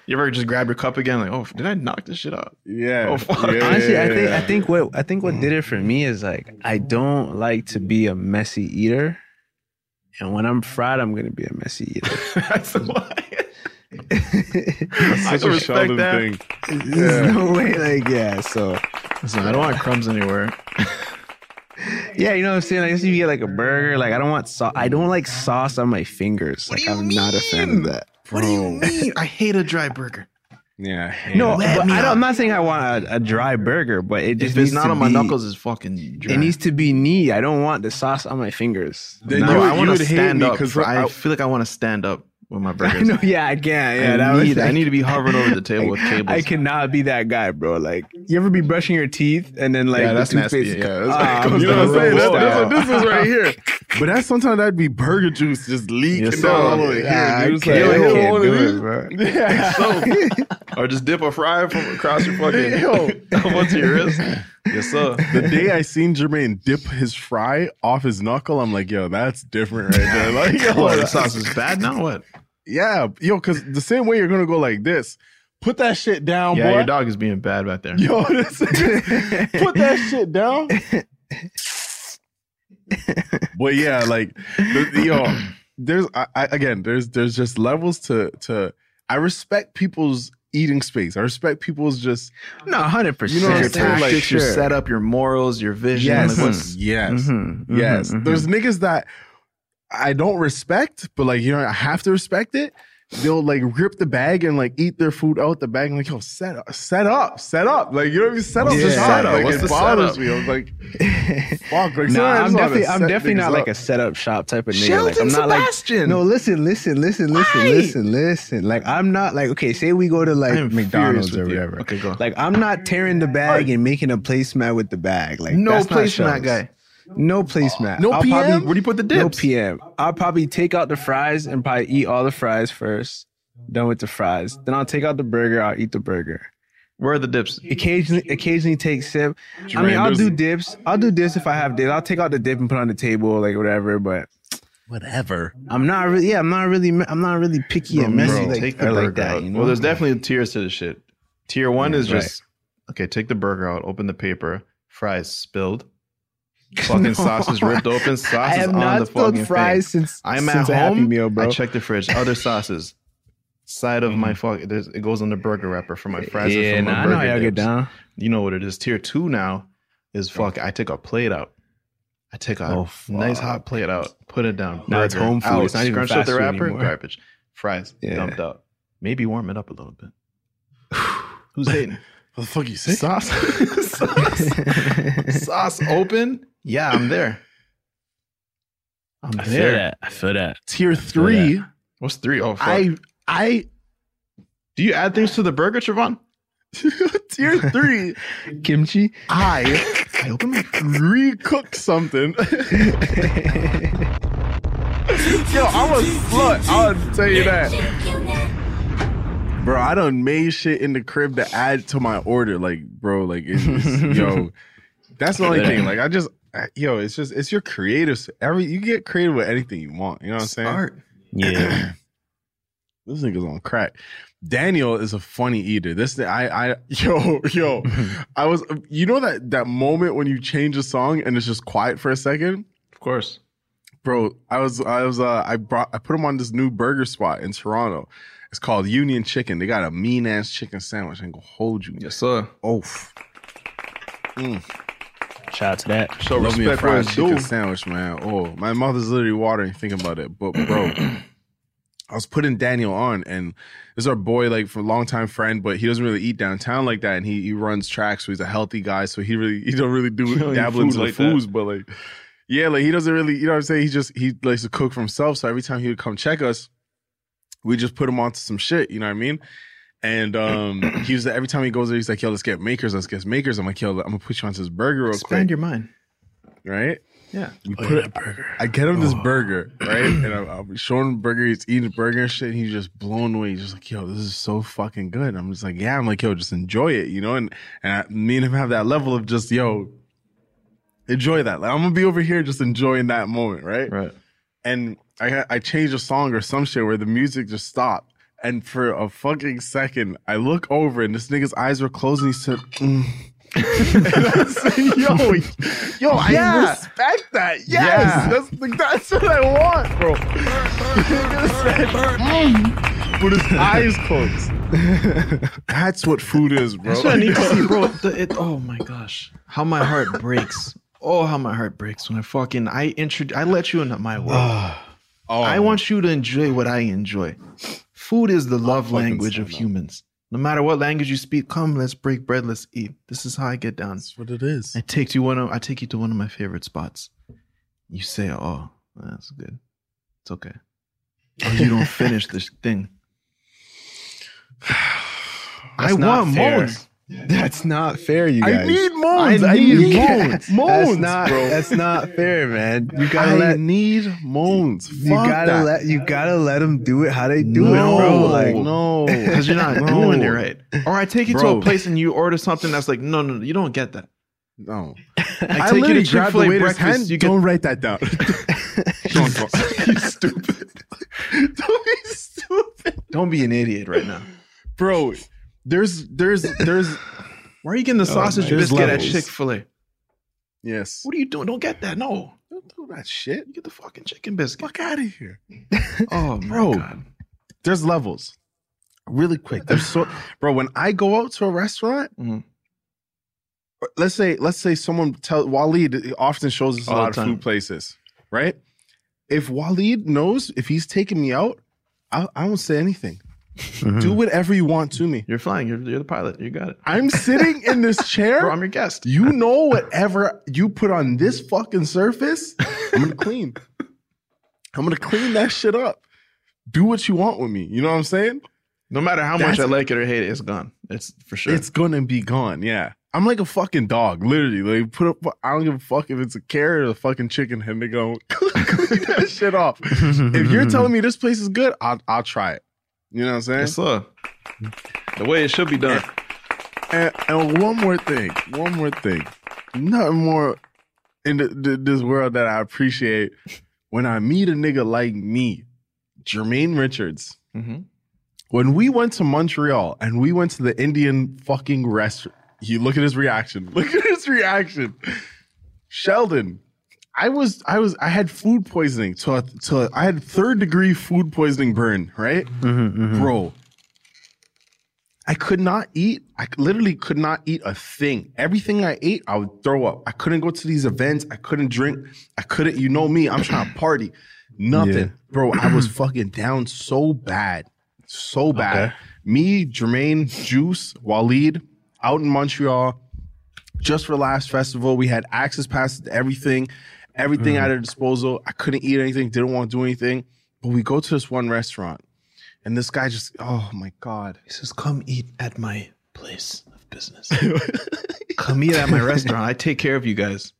Speaker 3: You ever just grab your cup again? Like, oh, did I knock this shit out?
Speaker 4: Yeah.
Speaker 3: Oh, fuck.
Speaker 4: Yeah,
Speaker 5: honestly, I
Speaker 4: yeah,
Speaker 5: think I
Speaker 4: yeah.
Speaker 5: think what I think
Speaker 3: Mm.
Speaker 5: what did it for me is like I don't like to be a messy eater, and when I'm fried, I'm gonna be a messy eater.
Speaker 3: That's why.
Speaker 4: That's
Speaker 3: I
Speaker 4: such a
Speaker 3: can respect
Speaker 4: Sheldon
Speaker 3: that.
Speaker 4: thing.
Speaker 5: There's no way, like yeah. So
Speaker 3: Listen, I don't want crumbs anywhere.
Speaker 5: yeah, you know what I'm saying. I guess if you get like a burger, like I don't want sauce. I don't like sauce on my fingers. Like I'm not a fan of that.
Speaker 3: What do you mean? I hate a dry burger.
Speaker 4: Yeah. I hate
Speaker 5: No,
Speaker 4: it.
Speaker 5: but I don't, I'm not saying I want a, a dry burger, but it just
Speaker 3: If it's
Speaker 5: needs
Speaker 3: not
Speaker 5: to
Speaker 3: on my
Speaker 5: be-
Speaker 3: knuckles, it's fucking dry.
Speaker 5: It needs to be knee. I don't want the sauce on my fingers.
Speaker 4: Then
Speaker 3: No,
Speaker 4: you,
Speaker 3: I
Speaker 4: you
Speaker 3: want
Speaker 4: would
Speaker 3: to
Speaker 4: hate
Speaker 3: stand
Speaker 4: me
Speaker 3: up.
Speaker 4: because
Speaker 3: for- I,
Speaker 4: I,
Speaker 3: feel like I want to stand up with my burgers.
Speaker 5: I know. Yeah, I can't. Yeah, that
Speaker 3: I,
Speaker 5: was
Speaker 3: need, I
Speaker 5: like-
Speaker 3: need to be hovering over the table with cables.
Speaker 5: I cannot be that guy, bro. Like, you ever be brushing your teeth and then like
Speaker 3: Yeah,
Speaker 5: the
Speaker 3: that's nasty.
Speaker 5: toothpaste?
Speaker 3: Yeah, that's-
Speaker 5: Ah,
Speaker 3: it goes
Speaker 4: You know
Speaker 3: down
Speaker 4: what I'm saying?
Speaker 3: the
Speaker 4: That's,
Speaker 3: road
Speaker 4: that's
Speaker 3: style.
Speaker 4: what this is right here. But that's sometimes that'd be burger juice just leaking
Speaker 3: Yes,
Speaker 4: down
Speaker 3: sir.
Speaker 4: all the way here.
Speaker 5: Yeah,
Speaker 4: dude.
Speaker 5: I
Speaker 4: It's like,
Speaker 5: can't-
Speaker 4: yo,
Speaker 5: I
Speaker 4: yo,
Speaker 5: can't
Speaker 4: what
Speaker 5: do
Speaker 4: is
Speaker 5: it, bro.
Speaker 4: this? Yeah.
Speaker 3: or just dip a fry from across your fucking
Speaker 4: Yo.
Speaker 3: onto your wrist. Yes, sir.
Speaker 4: the day I seen Jermaine dip his fry off his knuckle, I'm like, yo, that's different right there. Like, yo,
Speaker 3: What, the
Speaker 4: that's-
Speaker 3: sauce is bad now. What?
Speaker 4: yeah, yo, because the same way you're gonna go like this, put that shit down,
Speaker 3: yeah,
Speaker 4: Oh, boy.
Speaker 3: your dog is being bad back there.
Speaker 4: Yo, this, put that shit down. but yeah, like the- the- yo, there's I, I, again, there's there's just levels to to. I respect people's eating space. I respect people's just
Speaker 5: no, hundred percent.
Speaker 4: You know what
Speaker 3: your
Speaker 4: I'm saying? Like,
Speaker 3: tactics, your setup, your morals, your vision.
Speaker 4: yes, Hmm.
Speaker 3: Like, what's,
Speaker 4: yes,
Speaker 5: Mm-hmm.
Speaker 4: yes. There's niggas that I don't respect, but like you know, I have to respect it. They'll like rip the bag and like eat their food out the bag. And like, yo, set up, set up, set up. Like, you know what I mean? Set up,
Speaker 5: What's
Speaker 4: the
Speaker 5: the
Speaker 4: shop.
Speaker 5: setup?
Speaker 4: Like,
Speaker 3: What's
Speaker 4: it
Speaker 3: the
Speaker 4: bothers
Speaker 3: setup?
Speaker 4: me. I was like, fuck. Like, sometimes
Speaker 5: Nah,
Speaker 4: I
Speaker 5: I'm
Speaker 4: just wanna
Speaker 5: definitely, I'm
Speaker 4: set
Speaker 5: definitely
Speaker 4: niggas
Speaker 5: not like
Speaker 4: up.
Speaker 5: a setup shop type of nigga. like,
Speaker 3: Sheldon
Speaker 5: I'm not like
Speaker 3: Sebastian!
Speaker 5: no. Listen, listen, listen, listen,
Speaker 3: Why?
Speaker 5: listen, listen. Like I'm not like okay. Say we go to
Speaker 3: I
Speaker 5: like
Speaker 3: am
Speaker 5: McDonald's
Speaker 3: furious
Speaker 5: or
Speaker 3: with you.
Speaker 5: whatever.
Speaker 3: Okay, go.
Speaker 5: Like I'm not tearing the bag and making a placemat with the bag. Like
Speaker 3: No
Speaker 5: that's not
Speaker 3: placemat
Speaker 5: Sheldon's.
Speaker 3: guy.
Speaker 5: No placemat.
Speaker 4: No PM?
Speaker 5: Probably,
Speaker 4: Where do you
Speaker 3: put the
Speaker 5: No
Speaker 3: dips?
Speaker 5: PM. I'll probably take out the fries and probably eat all the fries first. Done with the fries. Then I'll take out the burger. I'll eat the burger.
Speaker 3: where are the dips?
Speaker 5: Occasionally, occasionally take sip. I mean, I'll do dips. I'll do dips if I have dips. I'll take out the dip and put on the table, like whatever. But whatever. I'm not really. Yeah, I'm not really. I'm not really picky and messy
Speaker 3: Bro,
Speaker 5: like,
Speaker 3: take
Speaker 5: or
Speaker 3: the
Speaker 5: like
Speaker 3: burger
Speaker 5: that.
Speaker 3: out.
Speaker 5: You know?
Speaker 3: Well, there's definitely tiers to the shit. Tier one
Speaker 5: Yeah,
Speaker 3: is
Speaker 5: right.
Speaker 3: just okay. Take the burger out. Open the paper. Fries spilled. Fucking
Speaker 5: No.
Speaker 3: sausage ripped open.
Speaker 5: I
Speaker 3: Sausage
Speaker 5: have
Speaker 3: on the
Speaker 5: not
Speaker 3: fucking
Speaker 5: spilled
Speaker 3: thing.
Speaker 5: fries since
Speaker 3: I'm at
Speaker 5: since a
Speaker 3: home.
Speaker 5: Happy Meal, bro.
Speaker 3: I check the fridge. Other sauces. Side of my fuck. there's- It goes on the burger wrapper for my fries. and
Speaker 5: Mm-hmm. yeah,
Speaker 3: for my
Speaker 5: nah, I know
Speaker 3: burger
Speaker 5: how y'all get
Speaker 3: dips.
Speaker 5: down.
Speaker 3: You know what it is. Tier two now is fuck. I take a plate out. I take a
Speaker 5: Oh,
Speaker 3: nice
Speaker 5: fuck.
Speaker 3: hot plate out. Put it down.
Speaker 5: Now it's
Speaker 3: Burger
Speaker 5: home food.
Speaker 3: out,
Speaker 5: It's not even
Speaker 3: scrunch up
Speaker 5: fast
Speaker 3: the
Speaker 5: food
Speaker 3: wrapper.
Speaker 5: anymore.
Speaker 3: Garbage. Fries
Speaker 5: Yeah.
Speaker 3: dumped out. Maybe warm it up a little bit. Who's hating?
Speaker 4: What the fuck you say?
Speaker 3: sauce. sauce. Sauce open. Yeah, I'm there. I'm
Speaker 5: I feel
Speaker 3: there.
Speaker 5: that. I feel that.
Speaker 4: Tier three.
Speaker 3: What's three? Oh, fuck.
Speaker 4: I I
Speaker 3: do you add things to the burger, Trevon?
Speaker 4: tier three.
Speaker 5: Kimchi.
Speaker 4: I
Speaker 3: I open my
Speaker 4: recook something. Yo, I'm a slut. I'll tell you that. Bro, I done made shit in the crib to add to my order. Like, bro, like, it's, it's- yo, that's the only thing. Like, I just, I- yo, it's just, it's your creative. s- Every you get creative with anything you want. You know what I'm saying?
Speaker 3: art.
Speaker 5: Yeah.
Speaker 4: This nigga's on crack. Daniel is a funny eater. This thing, I, I, yo, yo, I was, you know that that moment when you change a song and it's just quiet for a second,
Speaker 3: Of course.
Speaker 4: bro. I was, I was, uh, I brought, I put him on this new burger spot in Toronto. It's called Union Chicken. They got a mean ass chicken sandwich. I ain't gonna hold you.
Speaker 3: Yes, sir.
Speaker 4: Oh,
Speaker 5: Shout out to that.
Speaker 3: Show
Speaker 4: love me a
Speaker 3: respect for
Speaker 4: fried
Speaker 3: his
Speaker 4: chicken
Speaker 3: dude.
Speaker 4: sandwich, man. Oh, my mouth's literally watering thinking about it. But bro, I was putting Daniel on, and this is our boy, like for a longtime friend, but he doesn't really eat downtown like that, and he he runs track, so he's a healthy guy, so he really he don't really
Speaker 3: He don't
Speaker 4: do
Speaker 3: eat
Speaker 4: dabble
Speaker 3: food
Speaker 4: into the
Speaker 3: like that.
Speaker 4: foods, but like yeah, like he doesn't really, you know what I'm saying? He just he likes to cook for himself, so every time he would come check us, we just put him onto some shit, you know what I mean? And um, he was every time he goes there, he's like, "Yo, let's get makers, let's get makers." I'm like, "Yo, I'm gonna put you onto this burger real quick."
Speaker 3: Expand your mind.
Speaker 4: right?
Speaker 3: Yeah.
Speaker 4: We put it, I get him this burger, right? And I'm, I'm showing him the burger. He's eating the burger and shit. And he's just blown away. He's just like, yo, this is so fucking good. And I'm just like, yeah. I'm like, yo, just enjoy it, you know? And, and I, me and him have that level of just, yo, enjoy that. Like, I'm going to be over here just enjoying that moment, right?
Speaker 3: Right.
Speaker 4: and I had- I changed a song or some shit where the music just stopped. And for a fucking second, I look over and this nigga's eyes were closed and he said, mm. and I said, yo, yo, I respect that. Yes,
Speaker 3: Yeah.
Speaker 4: that's, like, that's what I want, bro. He said, "Mm," with his eyes closed. That's what food is, bro.
Speaker 3: That's what I need to see, bro. The- it- oh my gosh, how my heart breaks. Oh, how my heart breaks when I fucking I intro I let you into my world.
Speaker 4: Oh,
Speaker 3: I want you to enjoy what I enjoy. Food is the love
Speaker 4: fucking
Speaker 3: language of
Speaker 4: stand up.
Speaker 3: humans. No matter what language you speak, come, let's break bread, let's eat. This is how I get down.
Speaker 4: That's what it is.
Speaker 3: I take you one. Of, I take you to one of my favorite spots. You say, "Oh, that's good. It's okay." Or you don't finish this thing. I
Speaker 5: That's not
Speaker 3: want
Speaker 5: fair.
Speaker 3: more.
Speaker 5: That's not fair, you guys.
Speaker 4: I need moans. I need, moans. Moans,
Speaker 5: that's not,
Speaker 4: bro.
Speaker 5: That's not fair, man. You gotta
Speaker 4: I
Speaker 5: let.
Speaker 4: need moans.
Speaker 5: You
Speaker 4: Fuck
Speaker 5: gotta
Speaker 4: that.
Speaker 5: let. You gotta let them do it how they do it, bro.
Speaker 4: No,
Speaker 5: Like
Speaker 4: no,
Speaker 3: because you're not
Speaker 4: No.
Speaker 3: doing it right. Or I take you to
Speaker 4: Bro.
Speaker 3: a place and you order something that's like, no, no, no you don't get that.
Speaker 4: no.
Speaker 3: I, take you to Chick Fil A breakfast. you get
Speaker 4: Don't write that down. don't go. you stupid. don't be stupid,
Speaker 3: don't be an idiot right now.
Speaker 4: bro. There's, there's, there's.
Speaker 3: Why are you getting the sausage
Speaker 5: there's
Speaker 3: biscuit
Speaker 5: levels.
Speaker 3: at Chick Fil A?
Speaker 4: Yes.
Speaker 3: What are you doing? Don't get that. No,
Speaker 4: Don't do that shit.
Speaker 3: you get the fucking chicken biscuit.
Speaker 4: Fuck out of here.
Speaker 3: Oh my
Speaker 4: Bro.
Speaker 3: god.
Speaker 4: There's levels. Really quick. There's so, bro. When I go out to a restaurant.
Speaker 3: Mhm.
Speaker 4: Let's say, let's say someone tell Waleed often shows us a
Speaker 3: All the
Speaker 4: lot of
Speaker 3: time.
Speaker 4: food places, right? If Waleed knows if he's taking me out, I, I won't say anything. Do whatever you want to me.
Speaker 3: You're flying. You're, you're the pilot. You got it.
Speaker 4: I'm sitting in this chair.
Speaker 3: Bro, I'm your guest.
Speaker 4: you know whatever you put on this fucking surface, I'm gonna clean. I'm gonna clean that shit up. Do what you want with me. You know what I'm saying?
Speaker 3: No matter how
Speaker 4: That's-
Speaker 3: much I like it or hate it, it's gone. It's for sure.
Speaker 4: It's gonna be gone. Yeah. I'm like a fucking dog, literally. Like put up I don't give a fuck if it's a carrot or a fucking chicken head to go clean that shit off. if you're telling me this place is good, I'll I'll try it. You know what I'm saying?
Speaker 3: Yes, sir. uh, The way it should be done.
Speaker 4: And, and one more thing, one more thing, nothing more in th th- this world that I appreciate when I meet a nigga like me, Jermaine Richards,
Speaker 3: Mm-hmm.
Speaker 4: when we went to Montreal and we went to the Indian fucking restaurant, you look at his reaction. Look at his reaction. Sheldon, I was, I was, I had food poisoning. To, to, I had third degree food poisoning burn, right? Bro, I could not eat. I literally could not eat a thing. Everything I ate, I would throw up. I couldn't go to these events. I couldn't drink. I couldn't, you know me, I'm trying to party. Nothing. Bro, I was fucking down so bad. So bad. Me, Jermaine, Juice, Waleed, out in Montreal, just for last festival. We had access passes to everything,
Speaker 3: Mm.
Speaker 4: everything at our disposal. I couldn't eat anything, didn't want to do anything. But we go to this one restaurant, and this guy just, oh my God.
Speaker 5: He says, "Come eat at my place of business.
Speaker 3: Come eat at my restaurant. I take care of you guys.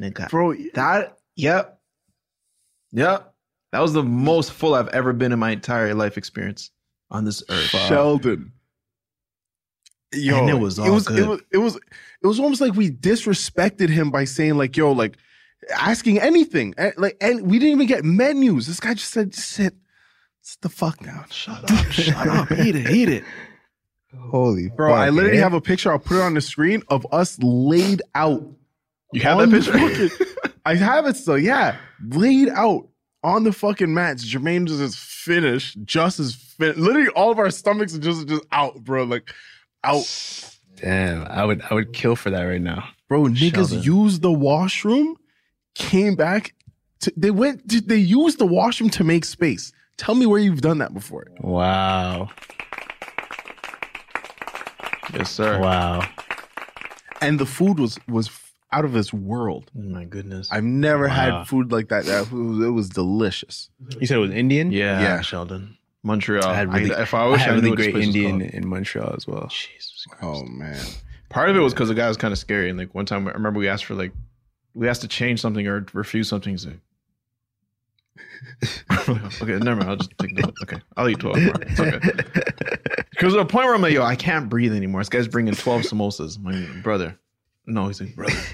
Speaker 5: Nigga,
Speaker 3: Bro, that, yep. Yep. That was the most full I've ever been in my entire life experience on this earth.
Speaker 4: Sheldon. Yo,
Speaker 3: And it was
Speaker 4: it
Speaker 3: all
Speaker 4: was,
Speaker 3: good.
Speaker 4: It was, it was it was almost like we disrespected him by saying like, "Yo, like asking anything." Eh, Like and we didn't even get menus. This guy just said, just "Sit sit the fuck down. Shut up. Shut up. Eat it. Eat it."
Speaker 5: holy
Speaker 4: Bro, I literally have a picture. I'll put it on the screen of us laid out.
Speaker 3: You have
Speaker 4: on
Speaker 3: that
Speaker 4: the
Speaker 3: picture?
Speaker 4: fucking- I have it still. Yeah, laid out on the fucking mats. Jermaine's is finished. Just is fin. Literally, all of our stomachs are just just out, bro. Like out,
Speaker 5: Damn, I would I would kill for that right now.
Speaker 4: bro. Niggas
Speaker 3: Sheldon.
Speaker 4: used the washroom, came back. To, they went. To, they used the washroom to make space. Tell me where you've done that before.
Speaker 5: Wow,
Speaker 3: Yes, sir.
Speaker 5: wow.
Speaker 4: And the food was was out of this world.
Speaker 3: Oh, my goodness.
Speaker 4: I've never
Speaker 5: Wow.
Speaker 4: had food like that. That- It was, it was delicious.
Speaker 5: You said it was Indian?
Speaker 3: yeah.
Speaker 4: Yeah.
Speaker 3: Sheldon. Montreal.
Speaker 5: I had really,
Speaker 3: I- if
Speaker 5: I
Speaker 3: I wish I,
Speaker 5: had
Speaker 3: knew
Speaker 5: really
Speaker 3: what this
Speaker 5: great
Speaker 3: place was
Speaker 5: Indian
Speaker 3: called.
Speaker 5: in Montreal as well. Jesus
Speaker 4: Oh man.
Speaker 3: Part of it was because the guy was kind of scary. And like one time, I remember we asked for like, we asked to change something or refuse something. He's like, okay, never mind. I'll just take the Okay, I'll eat 12 more. It's okay. Because at a point where I'm like, yo, I can't breathe anymore. This guy's bringing 12 samosas. My brother. No, he's like, brother.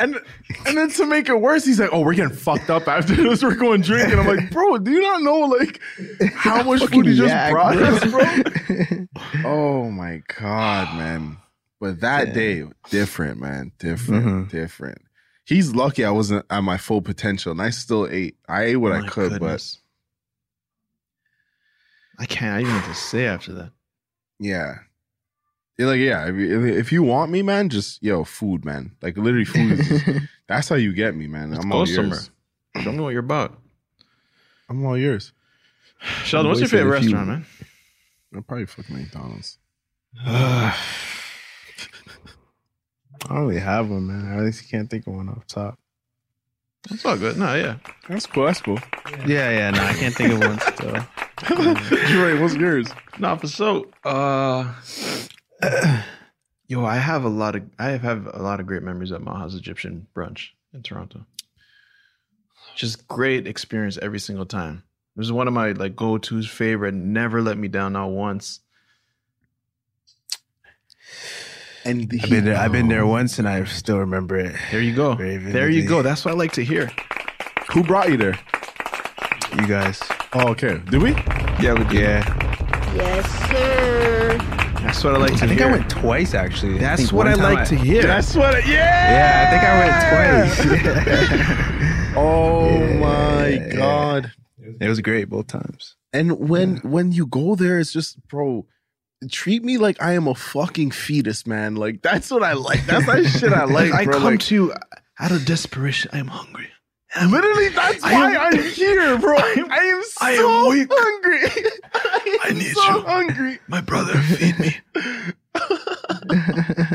Speaker 4: And and then to make it worse, he's like, "Oh, we're getting fucked up after this. We're going drinking." I'm like, "Bro, do you not know like how much food you just brought us, bro?" oh my god, man! But that day, different, man, different,
Speaker 3: Mm.
Speaker 4: different. He's lucky I wasn't at my full potential, and I still ate. I ate what I
Speaker 3: My
Speaker 4: could,
Speaker 3: goodness. I can't. I didn't know what to say after that.
Speaker 4: but yeah. Yeah, Like yeah, if you, if you want me, man, just yo food, man. Like literally, food. Is, that's how you get me, man.
Speaker 3: Let's
Speaker 4: I'm
Speaker 3: go
Speaker 4: all
Speaker 3: somewhere.
Speaker 4: yours.
Speaker 3: Show me what you're about.
Speaker 4: I'm all yours.
Speaker 3: Sheldon, what's your
Speaker 5: Wasted
Speaker 3: favorite
Speaker 5: a few-
Speaker 3: restaurant, man?
Speaker 4: I'm probably fucking McDonald's.
Speaker 5: I don't really have one, man. I at least can't think of one off top.
Speaker 3: That's all good. No, yeah.
Speaker 4: That's cool. That's cool.
Speaker 5: Yeah, yeah, no, I can't think of one still.
Speaker 4: Troy, what's yours?
Speaker 3: No, for so uh yo, I have a lot of I have, have a lot of great memories at Maha's Egyptian brunch in Toronto. Just great experience every single time. It was one of my like go-to's favorite, never let me down not once.
Speaker 4: And
Speaker 5: I've been there, I've been there once and I still remember it.
Speaker 3: There you go.
Speaker 5: Very vividly.
Speaker 3: There you go. That's what I like to hear.
Speaker 4: Who brought you there?
Speaker 5: You guys.
Speaker 4: Oh, okay. Did we?
Speaker 5: Yeah, we Yeah.
Speaker 6: Yes, sir.
Speaker 3: That's what I like to
Speaker 5: I think
Speaker 3: hear.
Speaker 5: I went twice actually.
Speaker 3: That's what I like to hear.
Speaker 4: That's what. It,
Speaker 5: Yeah, I
Speaker 4: yeah.
Speaker 5: think I went twice.
Speaker 4: Oh my god.
Speaker 5: It was great both times.
Speaker 4: And when when you go there, it's just bro. Treat me like I am a fucking fetus, man. Like that's what I like. That's that shit I like.
Speaker 3: I
Speaker 4: bro.
Speaker 3: come
Speaker 4: Like,
Speaker 3: to you out of desperation. I am hungry. And I'm-
Speaker 4: literally. That's
Speaker 3: I
Speaker 4: why
Speaker 3: am-
Speaker 4: I'm here, bro. I am, so
Speaker 3: I am weak.
Speaker 4: hungry. I, am
Speaker 3: need
Speaker 4: so
Speaker 3: you.
Speaker 4: hungry.
Speaker 3: My brother, feed me.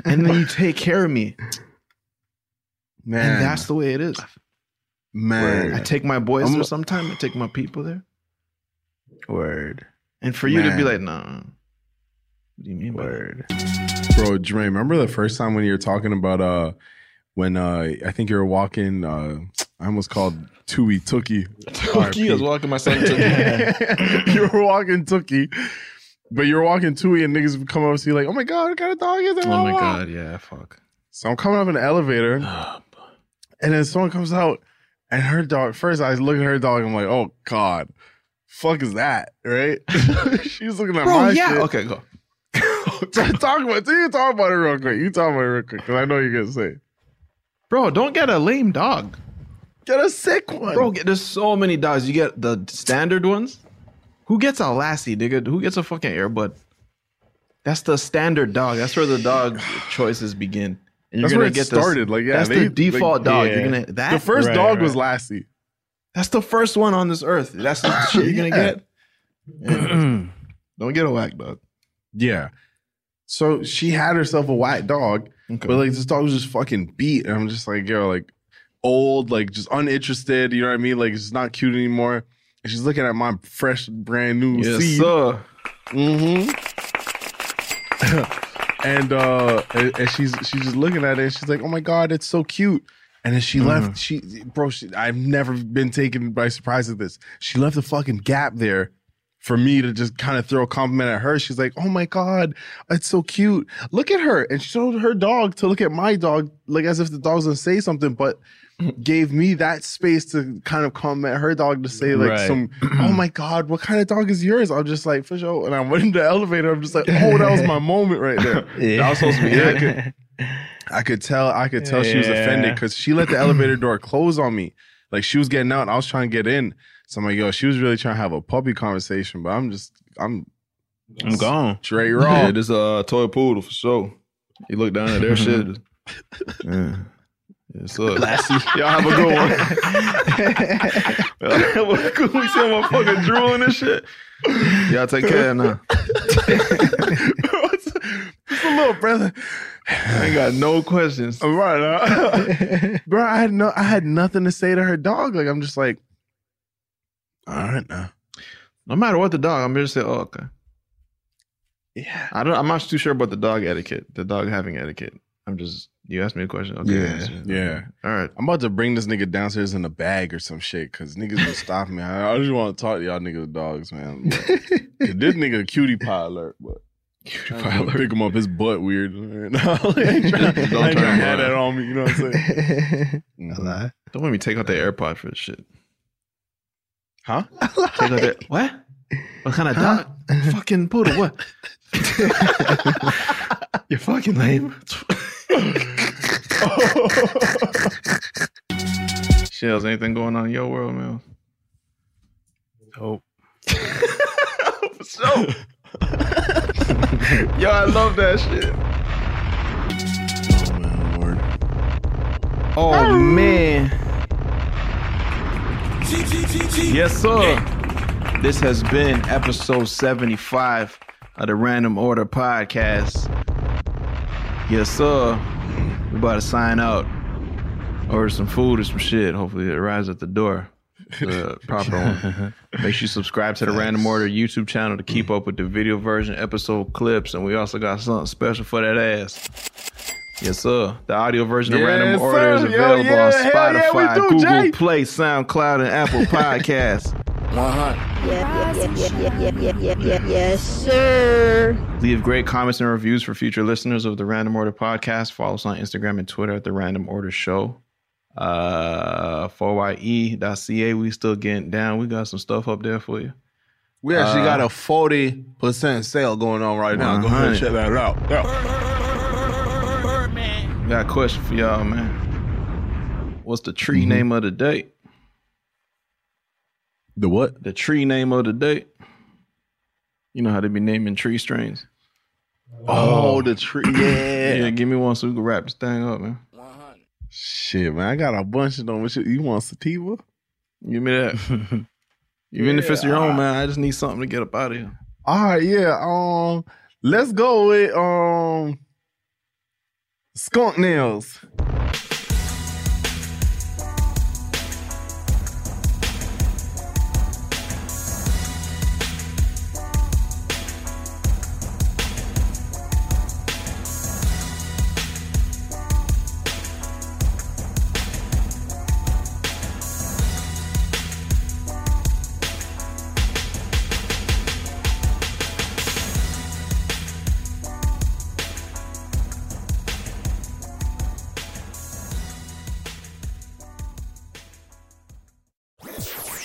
Speaker 3: and then you take care of me.
Speaker 4: Man,
Speaker 3: And that's the way it is.
Speaker 4: man.
Speaker 3: I take my boys
Speaker 4: I'm-
Speaker 3: there sometime. I take my people there.
Speaker 5: Word.
Speaker 3: And for you to be
Speaker 4: Man.
Speaker 3: like, no. What do you mean by that?
Speaker 5: Word.
Speaker 4: Bro, Dre, remember the first time when you were talking about uh when uh I think you were walking uh I almost called Tui Tookie.
Speaker 3: Tookie is walking my son
Speaker 4: you were walking Tookie, but you were walking Tui and niggas would come up and see like, oh my god, what kind of dog is that?
Speaker 3: Oh my god, Oh, yeah, fuck.
Speaker 4: So I'm coming up in the elevator and then someone comes out And her dog, first I look at her dog, I'm like, oh God, fuck is that? Right? She's looking at my shit.
Speaker 3: Okay, go.
Speaker 4: talk about you talk about it real quick. You talk about it real quick, because I know you're gonna say. it.
Speaker 3: Bro, don't get a lame dog.
Speaker 4: Get a sick one.
Speaker 3: Bro, get, there's so many dogs. You get the standard ones. Who gets a lassie, nigga? Who gets a fucking airbud? That's the standard dog. That's where the dog choices begin. And
Speaker 4: That's where it started.
Speaker 3: This,
Speaker 4: Like, yeah,
Speaker 3: that's
Speaker 4: they-
Speaker 3: the default
Speaker 4: like,
Speaker 3: dog. You're
Speaker 4: yeah.
Speaker 3: gonna that
Speaker 4: the first
Speaker 5: Right,
Speaker 4: dog
Speaker 5: right.
Speaker 4: was Lassie.
Speaker 3: That's the first one on this earth. That's the shit you're gonna
Speaker 4: Yeah.
Speaker 3: get. Yeah. Don't get a whack dog.
Speaker 4: Yeah. So she had herself a white dog,
Speaker 3: Okay.
Speaker 4: but like this dog was just fucking beat. And I'm just like, yo, like old, like just uninterested. You know what I mean? Like it's not cute anymore. And she's looking at my fresh, brand new
Speaker 3: yes,
Speaker 4: seed.
Speaker 3: sir.
Speaker 4: hmm and uh and, and she's she's just looking at it and she's like, Oh my god, it's so cute. And then she left, she bro, she, I've never been taken by surprise at this. She left a fucking gap there for me to just kind of throw a compliment at her. She's like, Oh my god, it's so cute. Look at her. And she showed her dog to look at my dog, like as if the dog's gonna say something, but gave me that space to kind of comment her dog to say like
Speaker 5: Right.
Speaker 4: some oh my god what kind of dog is yours i'm just like for sure and i went in the elevator i'm just like oh that was my moment right there that was supposed to be it. I, could, I could tell i could tell she was offended
Speaker 5: Yeah.
Speaker 4: because she let the elevator door close on me like she was getting out and i was trying to get in so i'm like yo she was really trying to have a puppy conversation but i'm just i'm
Speaker 5: I'm gone.
Speaker 4: straight
Speaker 3: Yeah,
Speaker 4: raw
Speaker 3: this uh toy poodle for sure. You look down at their shit. Yeah. Yes, sir. Y'all have a good one. Y'all have a good one. We see my fucking drooling and shit. Y'all take care now.
Speaker 4: it's it's a little brother
Speaker 3: I ain't got no questions.
Speaker 4: I'm right, huh? bro. I had no, I had nothing to say to her dog. Like I'm just like, all right now.
Speaker 3: No matter what the dog, I'm just say, oh, okay.
Speaker 4: Yeah,
Speaker 3: I don't. I'm not too sure about the dog etiquette. The dog having etiquette. I'm just. You asked me a question. Okay. answer.
Speaker 4: yeah.
Speaker 3: All right.
Speaker 4: I'm about to bring this nigga downstairs in a bag or some shit because niggas will stop me. I, I just want to talk to y'all niggas dogs, man. But- this nigga a cutie pie alert, but. Cutie pie alert. Pick him up, his butt weird. Right now. I ain't trying to
Speaker 3: Don't turn him around.
Speaker 4: have that on me. You know what I'm saying?
Speaker 3: Don't make me take out the AirPod for this shit.
Speaker 4: Huh?
Speaker 3: Take out the, what? What kind of dog? fucking poodle. What? You're fucking lame. Shells, anything going on in your world, man?
Speaker 5: Nope.
Speaker 3: So, yo, I love that shit. Oh man. Yes, sir. This has been episode 75 of the Random Order Podcast. Yes, sir. We about to sign out. Order some food or some shit. Hopefully it arrives at the door. The proper one. Make sure you subscribe to the Random Order YouTube channel to keep up with the video version, episode clips, and we also got something special for that ass. Yes, sir. The audio version of Random
Speaker 4: Yes,
Speaker 3: Order is
Speaker 4: sir. Yo,
Speaker 3: available on
Speaker 4: yeah, hell yeah, we
Speaker 3: Spotify,
Speaker 4: do,
Speaker 3: Google
Speaker 4: Jay.
Speaker 3: Play, SoundCloud, and Apple Podcasts.
Speaker 6: Yeah, yeah, yeah, yeah, yeah, yeah, yeah, yeah, yes, sir.
Speaker 3: Leave great comments and reviews for future listeners of the Random Order podcast. Follow us on Instagram and Twitter at the Random Order Show. Uh, 4ye.ca. We still getting down. We got some stuff up there for you.
Speaker 4: We actually got a forty percent sale going on right now. Go ahead and
Speaker 3: 100.
Speaker 4: check that out. Yeah.
Speaker 3: We got a question for y'all, man. What's the tree
Speaker 4: Mm-hmm.
Speaker 3: name of the day?
Speaker 4: The what?
Speaker 3: The tree name of the day. You know how they be naming tree strains.
Speaker 4: Oh, the tree. Yeah.
Speaker 3: Yeah, give me one so we can wrap this thing up, man.
Speaker 4: Shit, man, I got a bunch of them. What you, you want sativa?
Speaker 3: Give me that. Even if it's your own, man, I just need something to get up out of here.
Speaker 4: All right, yeah. Um, let's go with um skunk nails.